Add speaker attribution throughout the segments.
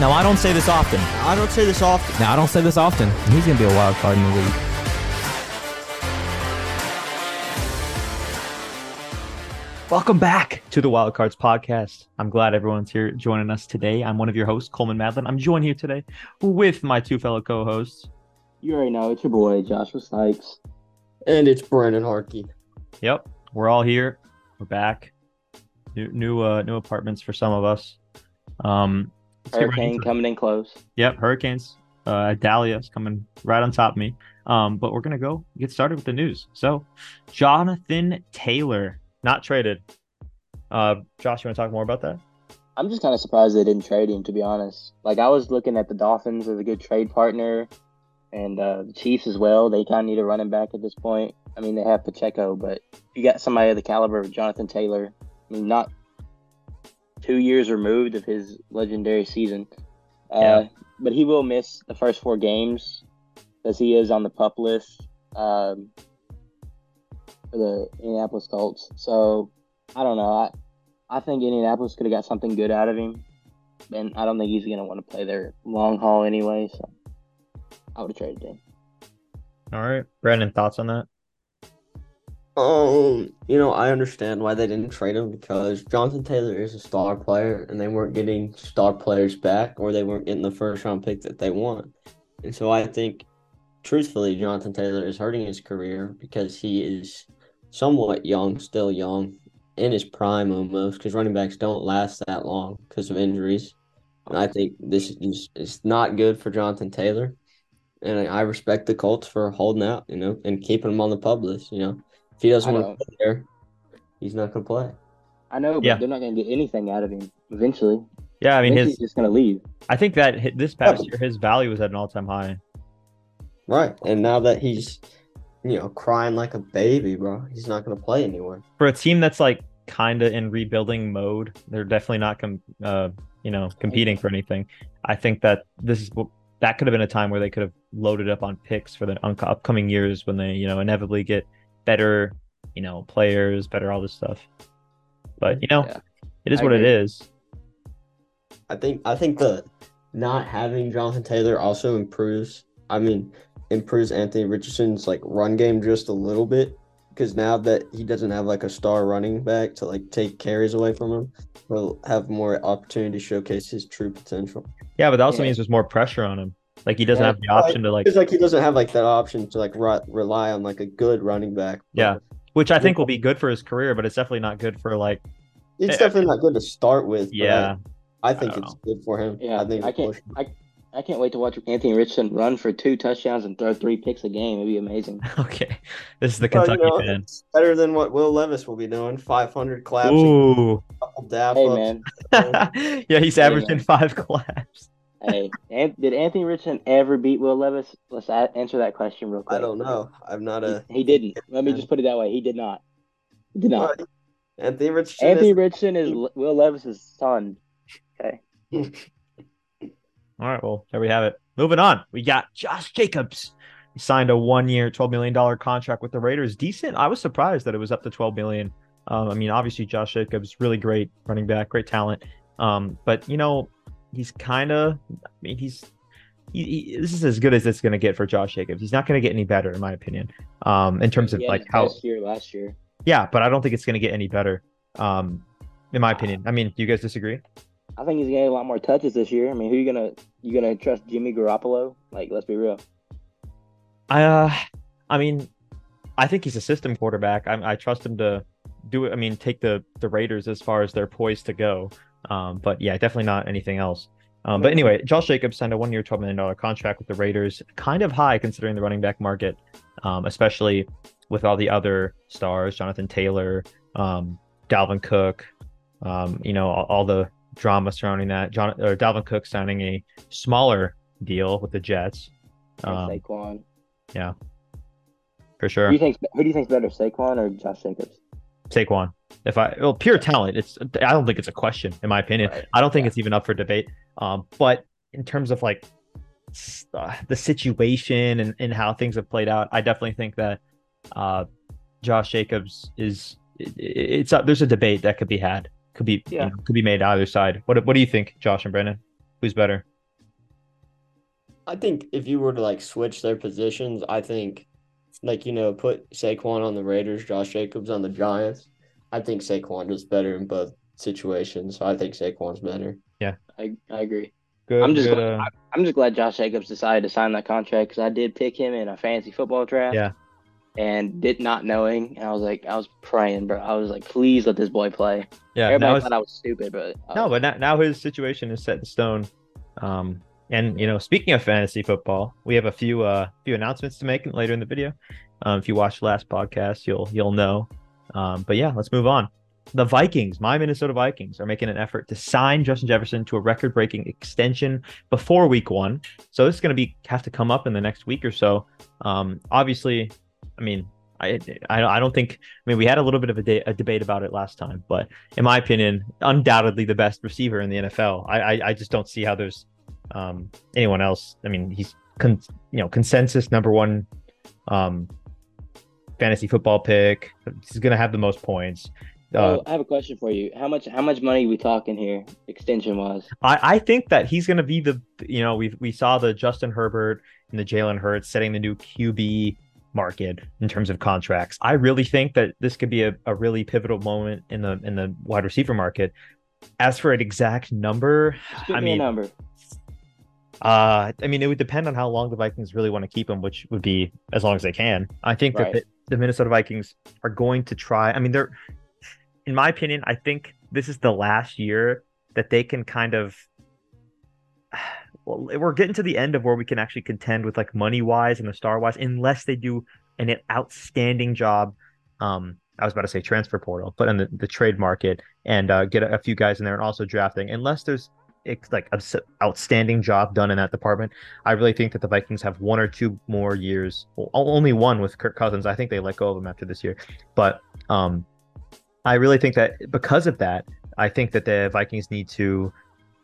Speaker 1: Now I don't say this often.
Speaker 2: I don't say this often.
Speaker 1: Now I don't say this often. He's gonna be a wild card in the league.
Speaker 2: Welcome back to the Wild Cards podcast. I'm glad everyone's here joining us today. I'm one of your hosts, Coleman Madlin. I'm joined here today with my two fellow co-hosts.
Speaker 3: You already know it's your boy Joshua Snipes.
Speaker 4: And it's Brandon Harkey.
Speaker 2: Yep, we're all here. We're back. New new uh, new apartments for some of us. Um, let's get right
Speaker 3: Hurricane
Speaker 2: into it.
Speaker 3: coming in close.
Speaker 2: Yep, hurricanes. Uh, Dahlia's coming right on top of me. Um, but we're gonna go get started with the news. So, Jonathan Taylor not traded. Uh, Josh, you want to talk more about that?
Speaker 3: I'm just kind of surprised they didn't trade him, to be honest. Like I was looking at the Dolphins as a good trade partner, and uh, the Chiefs as well. They kind of need a running back at this point. I mean, they have Pacheco, but you got somebody of the caliber of Jonathan Taylor. I mean, not two years removed of his legendary season.
Speaker 2: Yeah.
Speaker 3: Uh, but he will miss the first four games as he is on the pup list um, for the Indianapolis Colts. So I don't know. I, I think Indianapolis could have got something good out of him. And I don't think he's going to want to play there long haul anyway. So I would have traded him.
Speaker 2: All right, Brandon, thoughts on that?
Speaker 4: Um, you know, I understand why they didn't trade him because Jonathan Taylor is a star player and they weren't getting star players back or they weren't getting the first round pick that they want. And so I think truthfully Jonathan Taylor is hurting his career because he is somewhat young, still young, in his prime almost, because running backs don't last that long because of injuries. And I think this is it's not good for Jonathan Taylor. And I- I respect the Colts for holding out, you know, and keeping him on the pub list, you know. If he doesn't
Speaker 3: I
Speaker 4: want to play there, he's not going to play.
Speaker 3: I know, but
Speaker 2: Yeah.
Speaker 3: they're not going to get anything out of him eventually.
Speaker 2: Yeah, I mean his.
Speaker 3: he's just going to leave.
Speaker 2: I think that hi- this past year his value was at an all-time high.
Speaker 4: Right. And now that he's, you know, crying like a baby, bro, he's not going to play anywhere.
Speaker 2: for a team that's like kind of in rebuilding mode, they're definitely not com- uh, you know competing for anything. I think that this is what- that could have been a time where they could have loaded up on picks for the un- upcoming years when they you know inevitably get better you know players, better all this stuff. But you know,
Speaker 3: Yeah.
Speaker 2: it is
Speaker 3: I
Speaker 2: what it
Speaker 3: agree.
Speaker 2: is.
Speaker 4: I think I think the not having Jonathan Taylor also improves. I mean, improves Anthony Richardson's like run game just a little bit because now that he doesn't have like a star running back to like take carries away from him, he'll have more opportunity to showcase his true potential.
Speaker 2: Yeah, but that also
Speaker 3: Yeah.
Speaker 2: means there's more pressure on him. Like he doesn't
Speaker 4: Yeah.
Speaker 2: have the option to like,
Speaker 4: It's like he doesn't have like that option to like ri- rely on like a good running back.
Speaker 2: Yeah. which I think will be good for his career, but it's definitely not good for like,
Speaker 4: It's
Speaker 2: Yeah.
Speaker 4: definitely not good to start with. but I-
Speaker 2: Eh, yeah,
Speaker 4: I think
Speaker 2: don't
Speaker 4: it's good for him.
Speaker 3: Yeah,
Speaker 4: I think
Speaker 3: I
Speaker 4: it's
Speaker 3: can't.
Speaker 4: pushing.
Speaker 3: I, I can't wait to watch Anthony Richardson run for two touchdowns and throw three picks a game. It'd be amazing.
Speaker 2: okay, this is the
Speaker 4: But, you
Speaker 2: Kentucky
Speaker 4: know,
Speaker 2: fan.
Speaker 4: it's better than what Will Levis will be doing. Five hundred claps, and
Speaker 2: Ooh.
Speaker 4: a couple dab
Speaker 3: Hey
Speaker 4: ups.
Speaker 3: man,
Speaker 2: yeah, he's
Speaker 3: Hey,
Speaker 2: averaging
Speaker 3: man.
Speaker 2: five collabs.
Speaker 3: hey, An- did Anthony Richardson ever beat Will Levis? Let's a- answer that question real quick.
Speaker 4: I don't know. I'm not
Speaker 3: He-
Speaker 4: a
Speaker 3: He, didn't. Let me just put it that way. He did not. He did not.
Speaker 4: Anthony Richardson.
Speaker 3: Anthony
Speaker 4: is-
Speaker 3: Richardson is Le- Will Levis's son.
Speaker 2: All right, well, there we have it. Moving on, we got Josh Jacobs. He signed a one-year, twelve million dollar contract with the Raiders. Decent. I was surprised that it was up to twelve million. Um, I mean, obviously, Josh Jacobs, really great running back, great talent. Um, but you know, he's kind of. I mean, he's. He, he, this is as good as it's going to get for Josh Jacobs. He's not going to get any better, in my opinion. Um, in terms of
Speaker 3: He had
Speaker 2: like
Speaker 3: his
Speaker 2: how
Speaker 3: best year last year.
Speaker 2: Yeah, but I don't think it's going to get any better. Um, in my opinion. I mean, do you guys disagree?
Speaker 3: I think he's gonna get a lot more touches this year. I mean, who you gonna you gonna trust Jimmy Garoppolo? Like, let's be real.
Speaker 2: I, uh, I mean, I think he's a system quarterback. I, I trust him to do it. I mean, take the the Raiders as far as they're poised to go. Um, but yeah, definitely not anything else. Um, but anyway, Josh Jacobs signed a one-year, twelve million dollar contract with the Raiders. Kind of high considering the running back market, um, especially with all the other stars, Jonathan Taylor, um, Dalvin Cook. Um, you know, all, all the drama surrounding that. John or Dalvin Cook signing a smaller deal with the Jets.
Speaker 3: And
Speaker 2: Um,
Speaker 3: Saquon.
Speaker 2: for sure.
Speaker 3: Who do you think? Who do you think's better, Saquon or Josh Jacobs?
Speaker 2: Saquon. If I well, pure talent, it's I don't think it's a question in my opinion.
Speaker 3: Right.
Speaker 2: I don't think
Speaker 3: Yeah.
Speaker 2: it's even up for debate. Um, but in terms of like s- uh, the situation and, and how things have played out, I definitely think that uh, Josh Jacobs is it, it's up. There's a debate that could be had, could be you
Speaker 3: Yeah.
Speaker 2: know, could be made either side. What what do you think, Josh and Brennan? Who's better?
Speaker 4: I think if you were to like switch their positions, I think like you know, put Saquon on the Raiders, Josh Jacobs on the Giants. I think Saquon does better in both situations. So I think Saquon's better.
Speaker 3: I, I agree.
Speaker 2: Good.
Speaker 3: I'm just
Speaker 2: good,
Speaker 3: glad-
Speaker 2: uh,
Speaker 3: I'm just glad Josh Jacobs decided to sign that contract because I did pick him in a fantasy football draft.
Speaker 2: Yeah.
Speaker 3: And did not knowing, and I was like, I was praying, bro. I was like, please let this boy play.
Speaker 2: yeah. Now
Speaker 3: Everybody
Speaker 2: it's,
Speaker 3: thought I was stupid, but uh,
Speaker 2: no, but now, now his situation is set in stone. Um, and you know, speaking of fantasy football, we have a few uh few announcements to make later in the video. Um, if you watched the last podcast, you'll you'll know. Um, but yeah, let's move on. The Vikings, my Minnesota Vikings, are making an effort to sign Justin Jefferson to a record-breaking extension before Week One. So this is going to be have to come up in the next week or so. Um, obviously, I mean, I, I I don't think I mean we had a little bit of a, de- a debate about it last time, but in my opinion, undoubtedly the best receiver in the NFL. I I, I just don't see how there's um, anyone else. I mean, he's con- you know consensus number one um, fantasy football pick. He's gonna have the most points. Uh,
Speaker 3: oh, I have a question for you. How much? How much money we talking here, extension wise?
Speaker 2: I I think that he's gonna be the you know we we saw the Justin Herbert and the Jalen Hurts setting the new QB market in terms of contracts. I really think that this could be a, a really pivotal moment in the in the wide receiver market. As for an exact number,
Speaker 3: Just give
Speaker 2: I
Speaker 3: me
Speaker 2: mean,
Speaker 3: a number.
Speaker 2: Uh, I mean, it would depend on how long the Vikings really want to keep him, which would be as long as they can. I think
Speaker 3: Right.
Speaker 2: that the, the Minnesota Vikings are going to try. I mean, they're, in my opinion, I think this is the last year that they can kind of. Well, we're getting to the end of where we can actually contend with like money wise and the star wise, unless they do an outstanding job. Um, I was about to say transfer portal, but in the, the trade market and uh, get a, a few guys in there and also drafting, unless there's ex- like a s- outstanding job done in that department. I really think that the Vikings have one or two more years, well, o- only one with Kirk Cousins. I think they let go of him after this year, but um, I really think that because of that, I think that the Vikings need to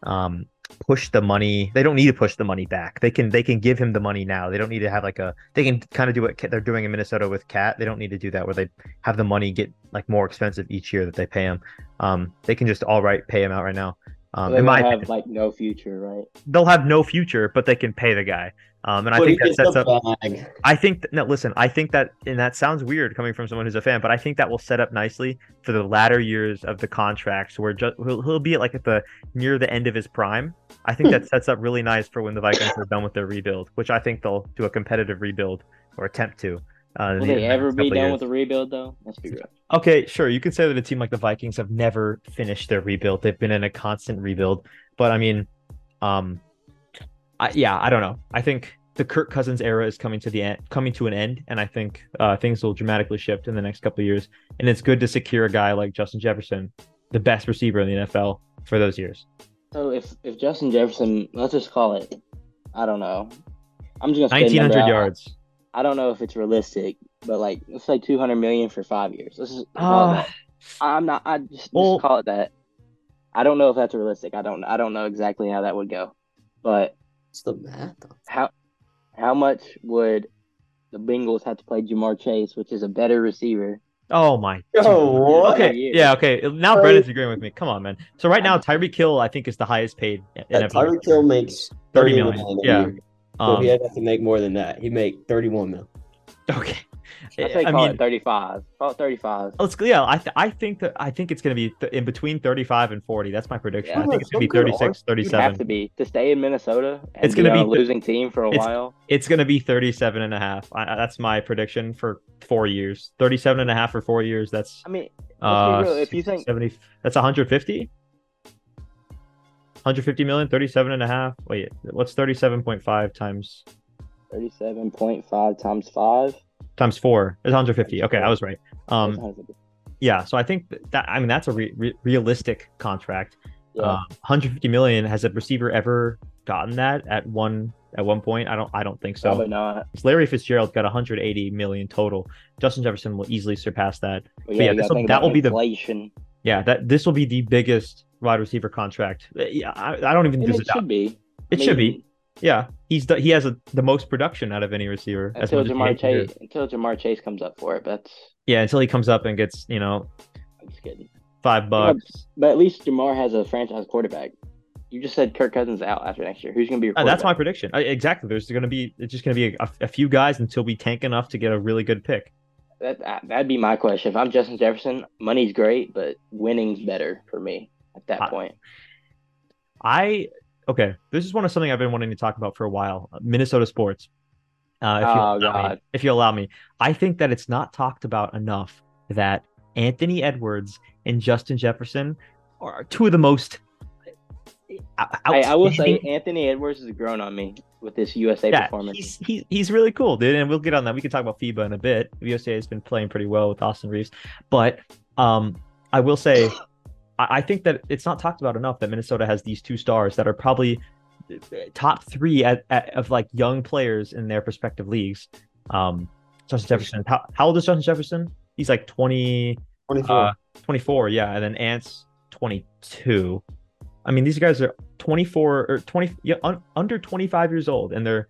Speaker 2: um, push the money. They don't need to push the money back. They can they can give him the money now. They don't need to have like a. They can kind of do what Ca- they're doing in Minnesota with Cat. They don't need to do that where they have the money get like more expensive each year that they pay him. Um, they can just all right pay him out right now. Um,
Speaker 3: they
Speaker 2: in my
Speaker 3: might
Speaker 2: opinion
Speaker 3: have like no future, right?
Speaker 2: they'll have no future, but they can pay the guy. Um, and I
Speaker 4: But
Speaker 2: think
Speaker 4: he
Speaker 2: that
Speaker 4: gets
Speaker 2: sets
Speaker 4: the
Speaker 2: up.
Speaker 4: bag.
Speaker 2: I think that, no, listen. I think that, and that sounds weird coming from someone who's a fan, but I think that will set up nicely for the latter years of the contracts, where just, he'll, he'll be at like at the near the end of his prime. I think
Speaker 3: Hmm.
Speaker 2: that sets up really nice for when the Vikings are done with their rebuild, which I think they'll do a competitive rebuild or attempt to. Uh, in
Speaker 3: Will
Speaker 2: the
Speaker 3: they
Speaker 2: next
Speaker 3: ever be
Speaker 2: couple of
Speaker 3: done
Speaker 2: years.
Speaker 3: with a rebuild though? Let's be real.
Speaker 2: Okay, sure. You could say that a team like the Vikings have never finished their rebuild. They've been in a constant rebuild. But I mean, um, I, yeah, I don't know. I think the Kirk Cousins era is coming to the end, coming to an end, and I think uh, things will dramatically shift in the next couple of years. And it's good to secure a guy like Justin Jefferson, the best receiver in the NFL, for those years.
Speaker 3: So if if Justin Jefferson, let's just call it, I don't know. I'm just gonna spit a
Speaker 2: Nineteen
Speaker 3: number
Speaker 2: hundred
Speaker 3: out.
Speaker 2: yards.
Speaker 3: I don't know if it's realistic, but like let's say 200 million for five years. Let's just call it
Speaker 2: Ah.
Speaker 3: that. I'm not. I just, just
Speaker 2: Well-
Speaker 3: call it that. I don't know if that's realistic. I don't. I don't know exactly how that would go, but
Speaker 4: It's the math.
Speaker 3: how how much would the Bengals have to play Jamar Chase, which is a better receiver?
Speaker 2: Oh my.
Speaker 4: Yo,
Speaker 3: what?
Speaker 2: Okay.
Speaker 3: year.
Speaker 2: Yeah. Okay. Now
Speaker 4: Right.
Speaker 2: Brennan's agreeing with me. Come on, man. So right now, Tyreek Hill, I think, is the highest paid.
Speaker 4: Yeah,
Speaker 2: NFL
Speaker 4: Tyreek Hill makes
Speaker 2: 30
Speaker 4: 30
Speaker 2: million,
Speaker 4: million.
Speaker 2: yeah.
Speaker 4: a year.
Speaker 2: Um,
Speaker 4: So he had to make more than that. He make 31 mil.
Speaker 2: Okay.
Speaker 3: I say
Speaker 2: I
Speaker 3: call
Speaker 2: mean,
Speaker 3: it 35. Call it 35.
Speaker 2: let's yeah. I th- I think that I think it's going to be th- in between 35 and 40. That's my prediction.
Speaker 4: Yeah,
Speaker 2: I think it's going to
Speaker 4: some
Speaker 2: be
Speaker 4: good
Speaker 2: 36,
Speaker 4: arms.
Speaker 3: You'd have to
Speaker 2: 37.
Speaker 3: be to stay in Minnesota. And
Speaker 2: It's
Speaker 3: be
Speaker 2: gonna
Speaker 3: on
Speaker 2: be-
Speaker 3: a losing team for a
Speaker 2: it's-
Speaker 3: while.
Speaker 2: It's going to be 37 and a half. I, I- that's my prediction for 4 years. 37 and a half for 4 years. That's
Speaker 3: I mean,
Speaker 2: uh
Speaker 3: let's be real. If you think
Speaker 2: 70 that's 150 150 million 37 and a half wait what's 37.5 times
Speaker 3: 37.5 times five,
Speaker 2: times 4 is 150 okay i was right
Speaker 3: that's
Speaker 2: um
Speaker 3: 100.
Speaker 2: yeah so i think that, that i mean that's a re- re- realistic contract
Speaker 3: yeah.
Speaker 2: Uh, 150 million. Has a receiver ever gotten that at one at one point? I don't. I don't think so.
Speaker 3: probably not.
Speaker 2: Larry Fitzgerald got 180 million total. Justin Jefferson will easily surpass that.
Speaker 3: But
Speaker 2: yeah,
Speaker 3: you
Speaker 2: this
Speaker 3: gotta
Speaker 2: will-
Speaker 3: think
Speaker 2: that
Speaker 3: about
Speaker 2: will be the-
Speaker 3: inflation.
Speaker 2: Yeah, that this will be the biggest wide receiver contract. Uh, Yeah, I, I don't even
Speaker 3: And
Speaker 2: think there's
Speaker 3: it
Speaker 2: a doubt.
Speaker 3: should be.
Speaker 2: It should be. Yeah, he's the, he has a, the most production out of any receiver. as
Speaker 3: Until
Speaker 2: much as he hates
Speaker 3: Jamar
Speaker 2: to do it.
Speaker 3: Chase, until Jamar Chase comes up for it, but
Speaker 2: Yeah, until he comes up and gets you know
Speaker 3: I'm just kidding.
Speaker 2: five bucks.
Speaker 3: But at least Jamar has a franchise quarterback. You just said Kirk Cousins out after next year. Who's going to be your
Speaker 2: Uh, that's my
Speaker 3: quarterback?
Speaker 2: prediction. I, exactly. There's going to be it's just going to be a, a few guys until we tank enough to get a really good pick.
Speaker 3: that, uh, that'd be my question. If I'm Justin Jefferson, money's great, but winning's better for me at that
Speaker 2: I-
Speaker 3: point.
Speaker 2: I okay. This is one of something I've been wanting to talk about for a while. Minnesota sports. Uh, if,
Speaker 3: Oh,
Speaker 2: you allow me,
Speaker 3: God.
Speaker 2: if you allow me, I think that it's not talked about enough that Anthony Edwards and Justin Jefferson are two of the most. out-
Speaker 3: I, I will say
Speaker 2: outstanding-
Speaker 3: Anthony Edwards has grown on me with this USA
Speaker 2: yeah,
Speaker 3: performance.
Speaker 2: he's, he's he's really cool, dude. And we'll get on that. We can talk about FIBA in a bit. USA has been playing pretty well with Austin Reeves, but um, I will say, I, I think that it's not talked about enough that Minnesota has these two stars that are probably uh, top three at, at, of like young players in their respective leagues. Um, Justin Jefferson. How, how old is Justin Jefferson? He's like 20, uh, 24, yeah, and then Ants 22. I mean, these guys are 24 or 20, yeah, un, under 25 years old, and they're,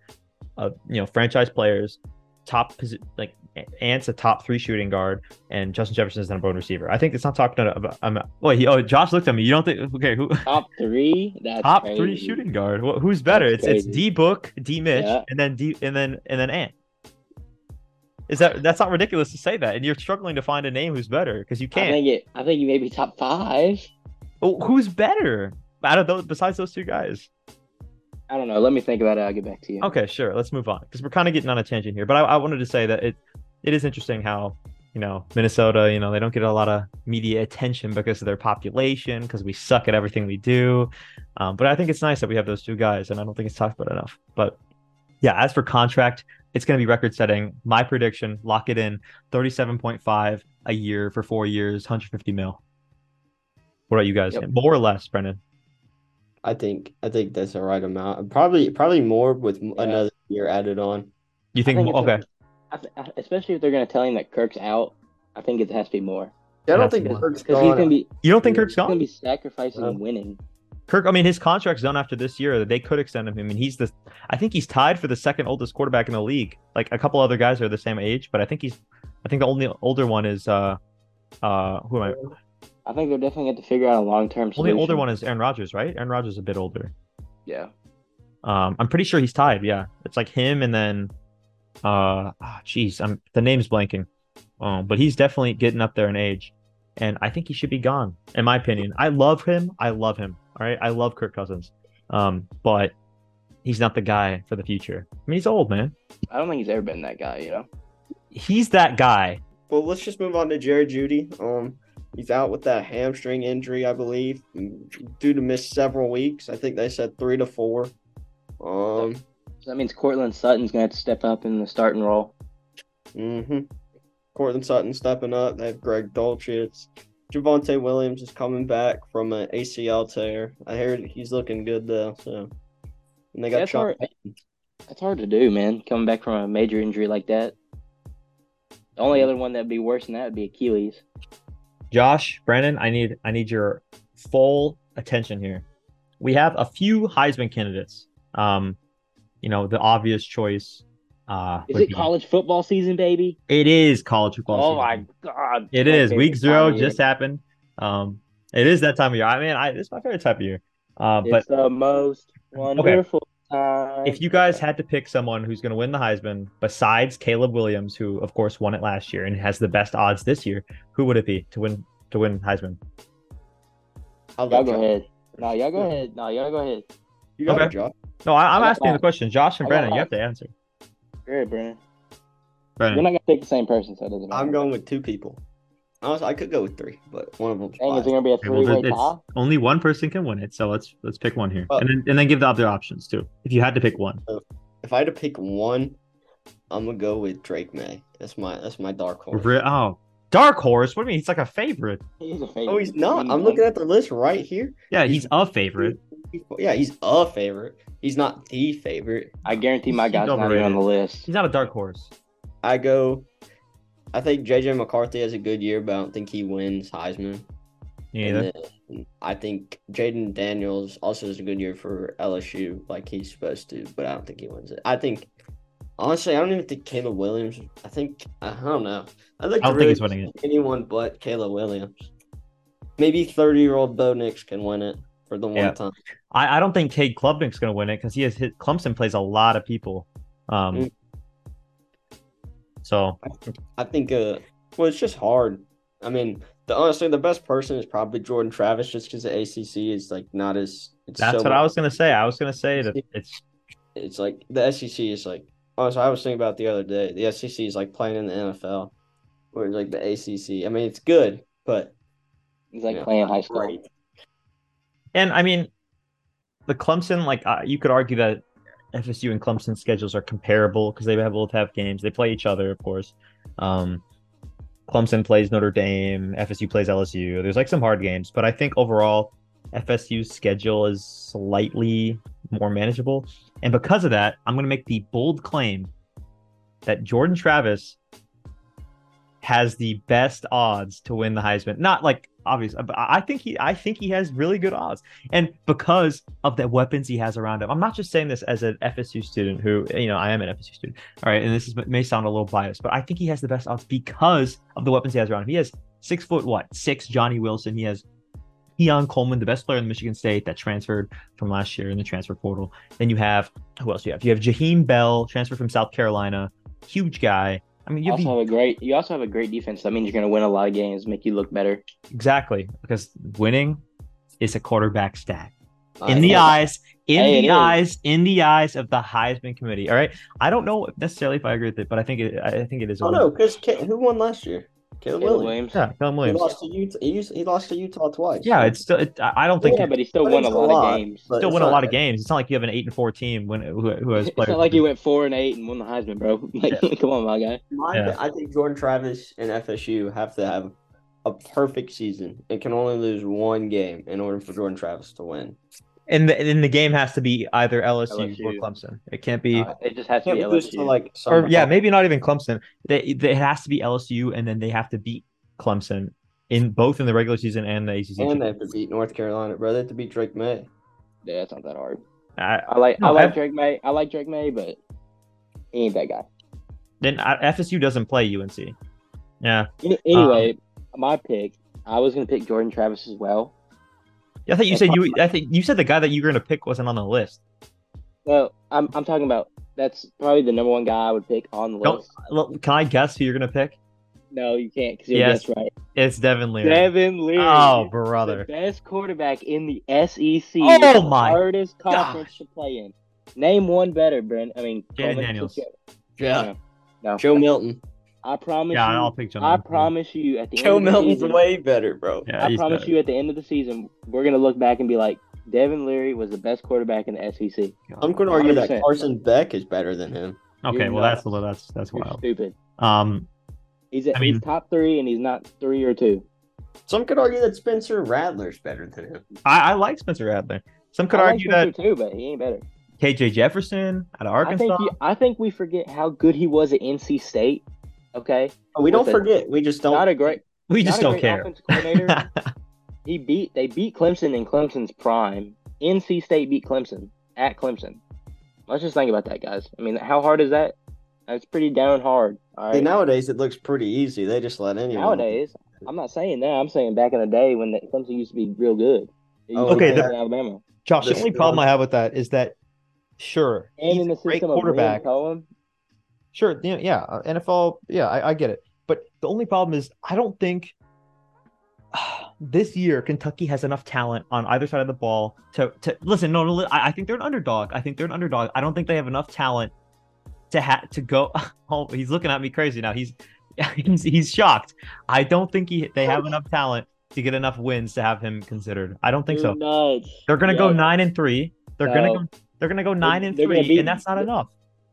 Speaker 2: uh, you know, franchise players. Top posi- like A- Ants a top three shooting guard, and Justin Jefferson is the number one receiver. I think it's not talked about. I'm, wait, he, oh, Josh looked at me. You don't think? Okay, who?
Speaker 3: Top three. That's
Speaker 2: top three
Speaker 3: crazy.
Speaker 2: shooting guard. Wh- Who's better?
Speaker 3: That's
Speaker 2: it's it's D
Speaker 3: crazy.
Speaker 2: Book, D Mitch,
Speaker 3: Yeah.
Speaker 2: and then D and then and then Ant. Is that that's not ridiculous to say that? And you're struggling to find a name who's better because you
Speaker 3: I
Speaker 2: can't.
Speaker 3: think it. I think you may be top five.
Speaker 2: Oh, who's better out of those besides those two guys?
Speaker 3: I don't know. Let me think about it. I'll get back to you.
Speaker 2: Okay, sure. Let's move on because we're kind of getting on a tangent here. But I, I wanted to say that it it is interesting how you know Minnesota, you know, they don't get a lot of media attention because of their population because we suck at everything we do. Um, but I think it's nice that we have those two guys, and I don't think it's talked about enough. But yeah, as for contract, it's going to be record setting. My prediction: lock it in, thirty seven point five a year for four years, hundred fifty mil. What about you guys?
Speaker 3: Yep.
Speaker 2: More or less, Brendan?
Speaker 4: I think I think that's the right amount. Probably probably more with m another year added on.
Speaker 2: You think?
Speaker 3: I think it's
Speaker 2: okay.
Speaker 3: I th- I- especially if they're going to tell him that Kirk's out, I think it has to be more
Speaker 4: I don't
Speaker 2: That's
Speaker 4: think
Speaker 2: more.
Speaker 4: Kirk's
Speaker 3: because he's
Speaker 4: gone.
Speaker 3: going to be.
Speaker 2: You don't think Kirk's
Speaker 3: he's
Speaker 2: gone? Uh,
Speaker 3: going to be sacrificing
Speaker 4: Yeah.
Speaker 3: winning.
Speaker 2: Kirk, I mean, his contract's done after this year. That they could extend him. I mean, he's the, I think he's tied for the second oldest quarterback in the league. Like a couple other guys are the same age, but I think he's, I think the only older one is, uh, uh, who am I?
Speaker 3: I think they're definitely going to figure out a long term
Speaker 2: Only
Speaker 3: solution.
Speaker 2: older one is Aaron Rodgers, right? Aaron Rodgers is a bit older.
Speaker 3: Yeah.
Speaker 2: Um, I'm pretty sure he's tied. Yeah, it's like him and then, uh, ah, jeez, I'm the name's blanking. Um, but he's definitely getting up there in age, and I think he should be gone. In my opinion, I love him. I love him. All right, I love Kirk Cousins. Um, but he's not the guy for the future. I mean, he's old, man.
Speaker 3: I don't think he's ever been that guy. You know.
Speaker 2: He's that guy.
Speaker 4: Well, let's just move on to Jerry Judy. Um, he's out with that hamstring injury, I believe, due to miss several weeks. I think they said three to four. Um,
Speaker 3: So that means Cortland Sutton's going to have to step up in the starting role.
Speaker 4: hmm Cortland Sutton stepping up. They have Greg Dolchitz. Javante Williams is coming back from an ACL tear. I heard he's looking good though. So, and they got
Speaker 3: That's
Speaker 4: Sean
Speaker 3: hard. That's hard to do, man. Coming back from a major injury like that. The only other one that'd be worse than that would be Achilles.
Speaker 2: Josh, Brandon, I need I need your full attention here. We have a few Heisman candidates. Um, you know, the obvious choice. Uh,
Speaker 3: Is
Speaker 2: would
Speaker 3: it
Speaker 2: be-
Speaker 3: college football season, baby?
Speaker 2: It is college football.
Speaker 3: Oh
Speaker 2: season.
Speaker 3: my god!
Speaker 2: It
Speaker 3: My
Speaker 2: is
Speaker 3: favorite
Speaker 2: week
Speaker 3: time
Speaker 2: zero
Speaker 3: of year.
Speaker 2: just happened. Um, it is that time of year. I mean, I this is my favorite time of year. Uh, but
Speaker 3: It's the most wonderful time.
Speaker 2: if you guys had to pick someone who's going to win the Heisman besides Caleb Williams, who of course won it last year and has the best odds this year, who would it be to win to win Heisman?
Speaker 4: I'll
Speaker 3: y'all
Speaker 4: let
Speaker 3: go
Speaker 4: Josh-
Speaker 3: ahead. No, y'all go ahead. No, y'all go ahead.
Speaker 4: You got
Speaker 2: Okay.
Speaker 4: it, Josh.
Speaker 2: No, I, I'm
Speaker 3: I got
Speaker 2: asking the
Speaker 3: mine.
Speaker 2: question. Josh and
Speaker 3: I got
Speaker 2: Brandon, you
Speaker 3: mine.
Speaker 2: have to answer.
Speaker 3: Go ahead, Brandon.
Speaker 2: Hmm.
Speaker 3: We're
Speaker 2: Brandon,
Speaker 3: not gonna pick the same person, so it doesn't matter.
Speaker 4: I'm going with two people. Honestly, I could go with three, but one of them's
Speaker 3: Dang, is it
Speaker 4: biased.
Speaker 3: gonna be a
Speaker 2: Okay, well,
Speaker 3: three-way
Speaker 2: it's-
Speaker 3: tie?
Speaker 2: only one person can win it, so let's let's pick one here,
Speaker 3: Oh.
Speaker 4: Uh,
Speaker 2: and then and then give the other options too. If you had to pick one,
Speaker 4: If I had to pick one, I'm gonna go with Drake May. That's my that's my dark horse.
Speaker 2: Re- oh, dark horse. What do you mean? He's like a favorite.
Speaker 3: He's a favorite.
Speaker 4: Oh, he's not. I'm looking at the list right here.
Speaker 2: Yeah, he's a favorite.
Speaker 4: Yeah, he's a favorite. He's not the favorite.
Speaker 3: I guarantee my
Speaker 2: He's
Speaker 3: guy's not even on
Speaker 2: overrated.
Speaker 3: the list.
Speaker 2: He's not a dark horse.
Speaker 4: I go. I think JJ McCarthy has a good year, but I don't think he wins Heisman.
Speaker 2: Yeah,
Speaker 4: And then I think Jaden Daniels also has a good year for LSU, like he's supposed to, but I don't think he wins it. I think, honestly, I don't even think Caleb Williams. I think I don't know. I'd like
Speaker 2: I don't think
Speaker 4: to really
Speaker 2: he's winning it.
Speaker 4: pick anyone but Caleb Williams. Maybe thirty-year-old Bo Nix can win it for the one
Speaker 2: Yeah.
Speaker 4: time.
Speaker 2: I, I don't think Cade Klubnik's going to win it because he has hit Clemson plays a lot of people. Um,
Speaker 4: Mm.
Speaker 2: So
Speaker 4: I think uh well it's just hard. I mean, the honestly the best person is probably Jordan Travis just because the ACC is like not as it's
Speaker 2: that's
Speaker 4: so
Speaker 2: what I was going to say. I was going to say that it's
Speaker 4: it's like the SEC is like honestly I was thinking about it the other day the SEC is like playing in the NFL or like the ACC. I mean it's good but
Speaker 3: He's like
Speaker 4: Yeah.
Speaker 3: playing high school.
Speaker 4: right.
Speaker 2: And I mean, the Clemson, like uh, you could argue that FSU and Clemson schedules are comparable because they both have games. They play each other, of course. Um, Clemson plays Notre Dame. FSU plays LSU. There's like some hard games, but I think overall, FSU's schedule is slightly more manageable. And because of that, I'm going to make the bold claim that Jordan Travis has the best odds to win the Heisman. Not like obvious, but I I think he I think he has really good odds. And because of the weapons he has around him, I'm not just saying this as an FSU student who, you know, I am an FSU student. All right. And this is, may sound a little biased, but I think he has the best odds because of the weapons he has around him. He has six foot, what, six Johnny Wilson. He has Keon Coleman, the best player in Michigan State that transferred from last year in the transfer portal. Then you have, who else do you have? You have Jaheim Bell, transferred from South Carolina, huge guy. I mean,
Speaker 3: You
Speaker 2: you have
Speaker 3: also
Speaker 2: the
Speaker 3: have a great. You also have a great defense. That means you're going to win a lot of games, make you look better.
Speaker 2: Exactly, because winning is a quarterback stat.
Speaker 4: I-
Speaker 2: In the eyes, in
Speaker 3: Hey, it
Speaker 2: the
Speaker 3: is.
Speaker 2: eyes, in the eyes of the Heisman committee. All right, I don't know necessarily if I agree with it, but I think it, I think it is. a
Speaker 4: Oh
Speaker 2: win.
Speaker 4: no, because who won last year? Caleb,
Speaker 3: Caleb
Speaker 4: Williams.
Speaker 3: Williams.
Speaker 2: yeah, Kellen
Speaker 4: He
Speaker 2: Williams.
Speaker 4: lost to Utah. He, used, he lost to Utah twice.
Speaker 2: Yeah, it's still. It, I I don't think
Speaker 3: Yeah,
Speaker 2: you
Speaker 3: but he still
Speaker 4: But
Speaker 3: won a
Speaker 4: it's
Speaker 3: lot,
Speaker 4: a lot.
Speaker 3: of games.
Speaker 4: But
Speaker 2: still
Speaker 4: it's
Speaker 2: win a
Speaker 4: not-
Speaker 2: lot of games. It's not like you have an eight and four team when who, who has
Speaker 3: It's
Speaker 2: players.
Speaker 3: not like he went four and eight and won the Heisman, bro. Like, come on, my guy.
Speaker 4: My,
Speaker 2: Yeah.
Speaker 4: I think Jordan Travis and FSU have to have a perfect season. It can only lose one game in order for Jordan Travis to win.
Speaker 2: and the, and the game has to be either LSU, or
Speaker 3: LSU.
Speaker 2: Clemson. It can't be.
Speaker 4: Uh,
Speaker 3: It just has to
Speaker 4: Can't
Speaker 3: be
Speaker 4: lose
Speaker 3: LSU.
Speaker 4: to like
Speaker 2: or
Speaker 4: some-
Speaker 2: yeah, maybe not even Clemson. They, they, it has to be LSU, and then they have to beat Clemson in both in the regular season and the ACC.
Speaker 4: And they have to beat North Carolina, bro. They have to beat Drake May.
Speaker 3: yeah, it's not that hard.
Speaker 2: I,
Speaker 3: I like.
Speaker 2: No,
Speaker 3: I like
Speaker 2: I-
Speaker 3: Drake May. I like Drake May, but he ain't that guy.
Speaker 2: then I- FSU doesn't play UNC. Yeah,
Speaker 3: Any- Anyway, my pick. I was going to pick Jordan Travis as well.
Speaker 2: I think you
Speaker 3: That's
Speaker 2: said
Speaker 3: not
Speaker 2: you. I think you said the guy that you were gonna pick wasn't on the list.
Speaker 3: Well, I'm, I'm talking about that's probably the number one guy I would pick on the
Speaker 2: Don't-
Speaker 3: list.
Speaker 2: Look, Can I guess who you're gonna pick?
Speaker 3: No, you can't because you're
Speaker 2: Yes.
Speaker 3: right.
Speaker 2: It's Devin Leary.
Speaker 3: Devin Leary.
Speaker 2: oh,
Speaker 3: The
Speaker 2: brother!
Speaker 3: best quarterback in the SEC.
Speaker 2: Oh
Speaker 3: the
Speaker 2: my
Speaker 3: Hardest conference to play in. Name one better, Brent. I mean,
Speaker 2: Jaden
Speaker 3: Coleman,
Speaker 2: Daniels.
Speaker 3: Fitzgerald.
Speaker 4: Yeah.
Speaker 3: No,
Speaker 4: Joe Milton.
Speaker 3: I promise
Speaker 2: Yeah,
Speaker 3: you.
Speaker 2: I'll pick John.
Speaker 3: I
Speaker 2: Milton.
Speaker 3: promise you at the
Speaker 4: Joe
Speaker 3: end of the
Speaker 4: Milton's
Speaker 3: season,
Speaker 4: way better, bro.
Speaker 2: Yeah,
Speaker 3: I
Speaker 2: he's
Speaker 3: promise
Speaker 2: better.
Speaker 3: you at the end of the season, we're gonna look back and be like, Devin Leary was the best quarterback in the E SEC.
Speaker 4: I'm going to argue
Speaker 3: 100%.
Speaker 4: that Carson Beck is better than him.
Speaker 2: Okay,
Speaker 3: you're
Speaker 2: well
Speaker 3: not-
Speaker 2: that's a little that's that's
Speaker 3: You're
Speaker 2: wild.
Speaker 3: stupid.
Speaker 2: Um,
Speaker 3: He's at
Speaker 2: I mean-
Speaker 3: he's top three and he's not three or two.
Speaker 4: Some could argue that Spencer Rattler's better than him.
Speaker 2: I, I like Spencer Rattler. Some could
Speaker 3: I like
Speaker 2: argue
Speaker 3: Spencer
Speaker 2: that
Speaker 3: too, but he ain't better.
Speaker 2: KJ Jefferson out of
Speaker 3: I
Speaker 2: Arkansas.
Speaker 3: think he, I think we forget how good he was at NC State. Okay,
Speaker 4: But we don't
Speaker 3: With it.
Speaker 4: forget. We just don't.
Speaker 3: not a great.
Speaker 2: we
Speaker 3: not
Speaker 2: just
Speaker 3: a
Speaker 2: don't
Speaker 3: great
Speaker 2: care.
Speaker 3: offense coordinator. he beat they beat Clemson in Clemson's prime. NC State beat Clemson at Clemson. Let's just think about that, guys. I mean, how hard is that? That's pretty down hard. All
Speaker 4: See,
Speaker 3: right.
Speaker 4: Nowadays, it looks pretty easy. They just let anyone.
Speaker 3: Nowadays, I'm not saying that. I'm saying back in the day when the, Clemson used to be real good. They used
Speaker 4: Oh,
Speaker 3: to be
Speaker 2: okay,
Speaker 3: better
Speaker 2: the-
Speaker 3: than Alabama.
Speaker 2: Josh, the
Speaker 4: This
Speaker 2: only
Speaker 4: is-
Speaker 2: problem I have with that is that, sure,
Speaker 3: And
Speaker 2: he's
Speaker 3: in the
Speaker 2: a great
Speaker 3: system of
Speaker 2: quarterback.
Speaker 3: Liam Cohen,
Speaker 2: Sure, yeah, yeah, uh, NFL, yeah, I, I get it. But the only problem is, I don't think this year Kentucky has enough talent on either side of the ball to to listen. No, no, li- I, I think they're an underdog. I think they're an underdog. I don't think they have enough talent to ha- to go. Oh, he's looking at me crazy now. He's he's, he's shocked. I don't think he they have enough talent to get enough wins to have him considered. I don't think
Speaker 3: you're
Speaker 2: so.
Speaker 3: nuts.
Speaker 2: They're gonna go
Speaker 3: Yeah.
Speaker 2: nine and three. They're gonna
Speaker 3: Mm, No.
Speaker 2: go, they're gonna go nine and
Speaker 3: they're gonna
Speaker 2: three,
Speaker 3: beat-
Speaker 2: and that's not enough.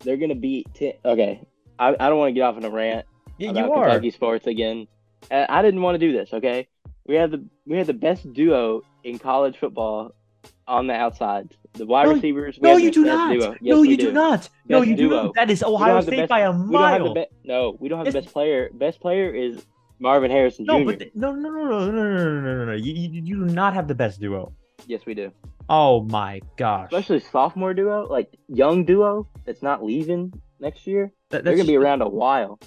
Speaker 3: They're gonna beat. Ten, okay, I, I don't want to get off on a rant.
Speaker 2: Yeah,
Speaker 3: about
Speaker 2: you are.
Speaker 3: Kentucky sports again. Uh, I didn't want to do this. Okay, we had the we had the best duo in college football on the outside. The wide
Speaker 2: No,
Speaker 3: receivers. we
Speaker 2: No,
Speaker 3: had
Speaker 2: you
Speaker 3: the
Speaker 2: do
Speaker 3: best
Speaker 2: not.
Speaker 3: duo. Yes,
Speaker 2: no,
Speaker 3: we
Speaker 2: you do, not. no,
Speaker 3: Best
Speaker 2: you do
Speaker 3: duo.
Speaker 2: not. That is
Speaker 3: We don't
Speaker 2: Ohio
Speaker 3: have the
Speaker 2: State
Speaker 3: best-
Speaker 2: by a
Speaker 3: We don't have the
Speaker 2: mile.
Speaker 3: be- no, we don't have the
Speaker 2: It's-
Speaker 3: best player. Best player is Marvin Harrison Jr.
Speaker 2: No, but th- no, no, no, no, no, no, no, no, no, no. You, you, you do not have the best duo.
Speaker 3: yes, we do.
Speaker 2: Oh my gosh.
Speaker 3: Especially sophomore duo, like young duo that's not leaving next year.
Speaker 2: That-
Speaker 3: They're
Speaker 2: that's
Speaker 3: gonna be
Speaker 2: just-
Speaker 3: around a while.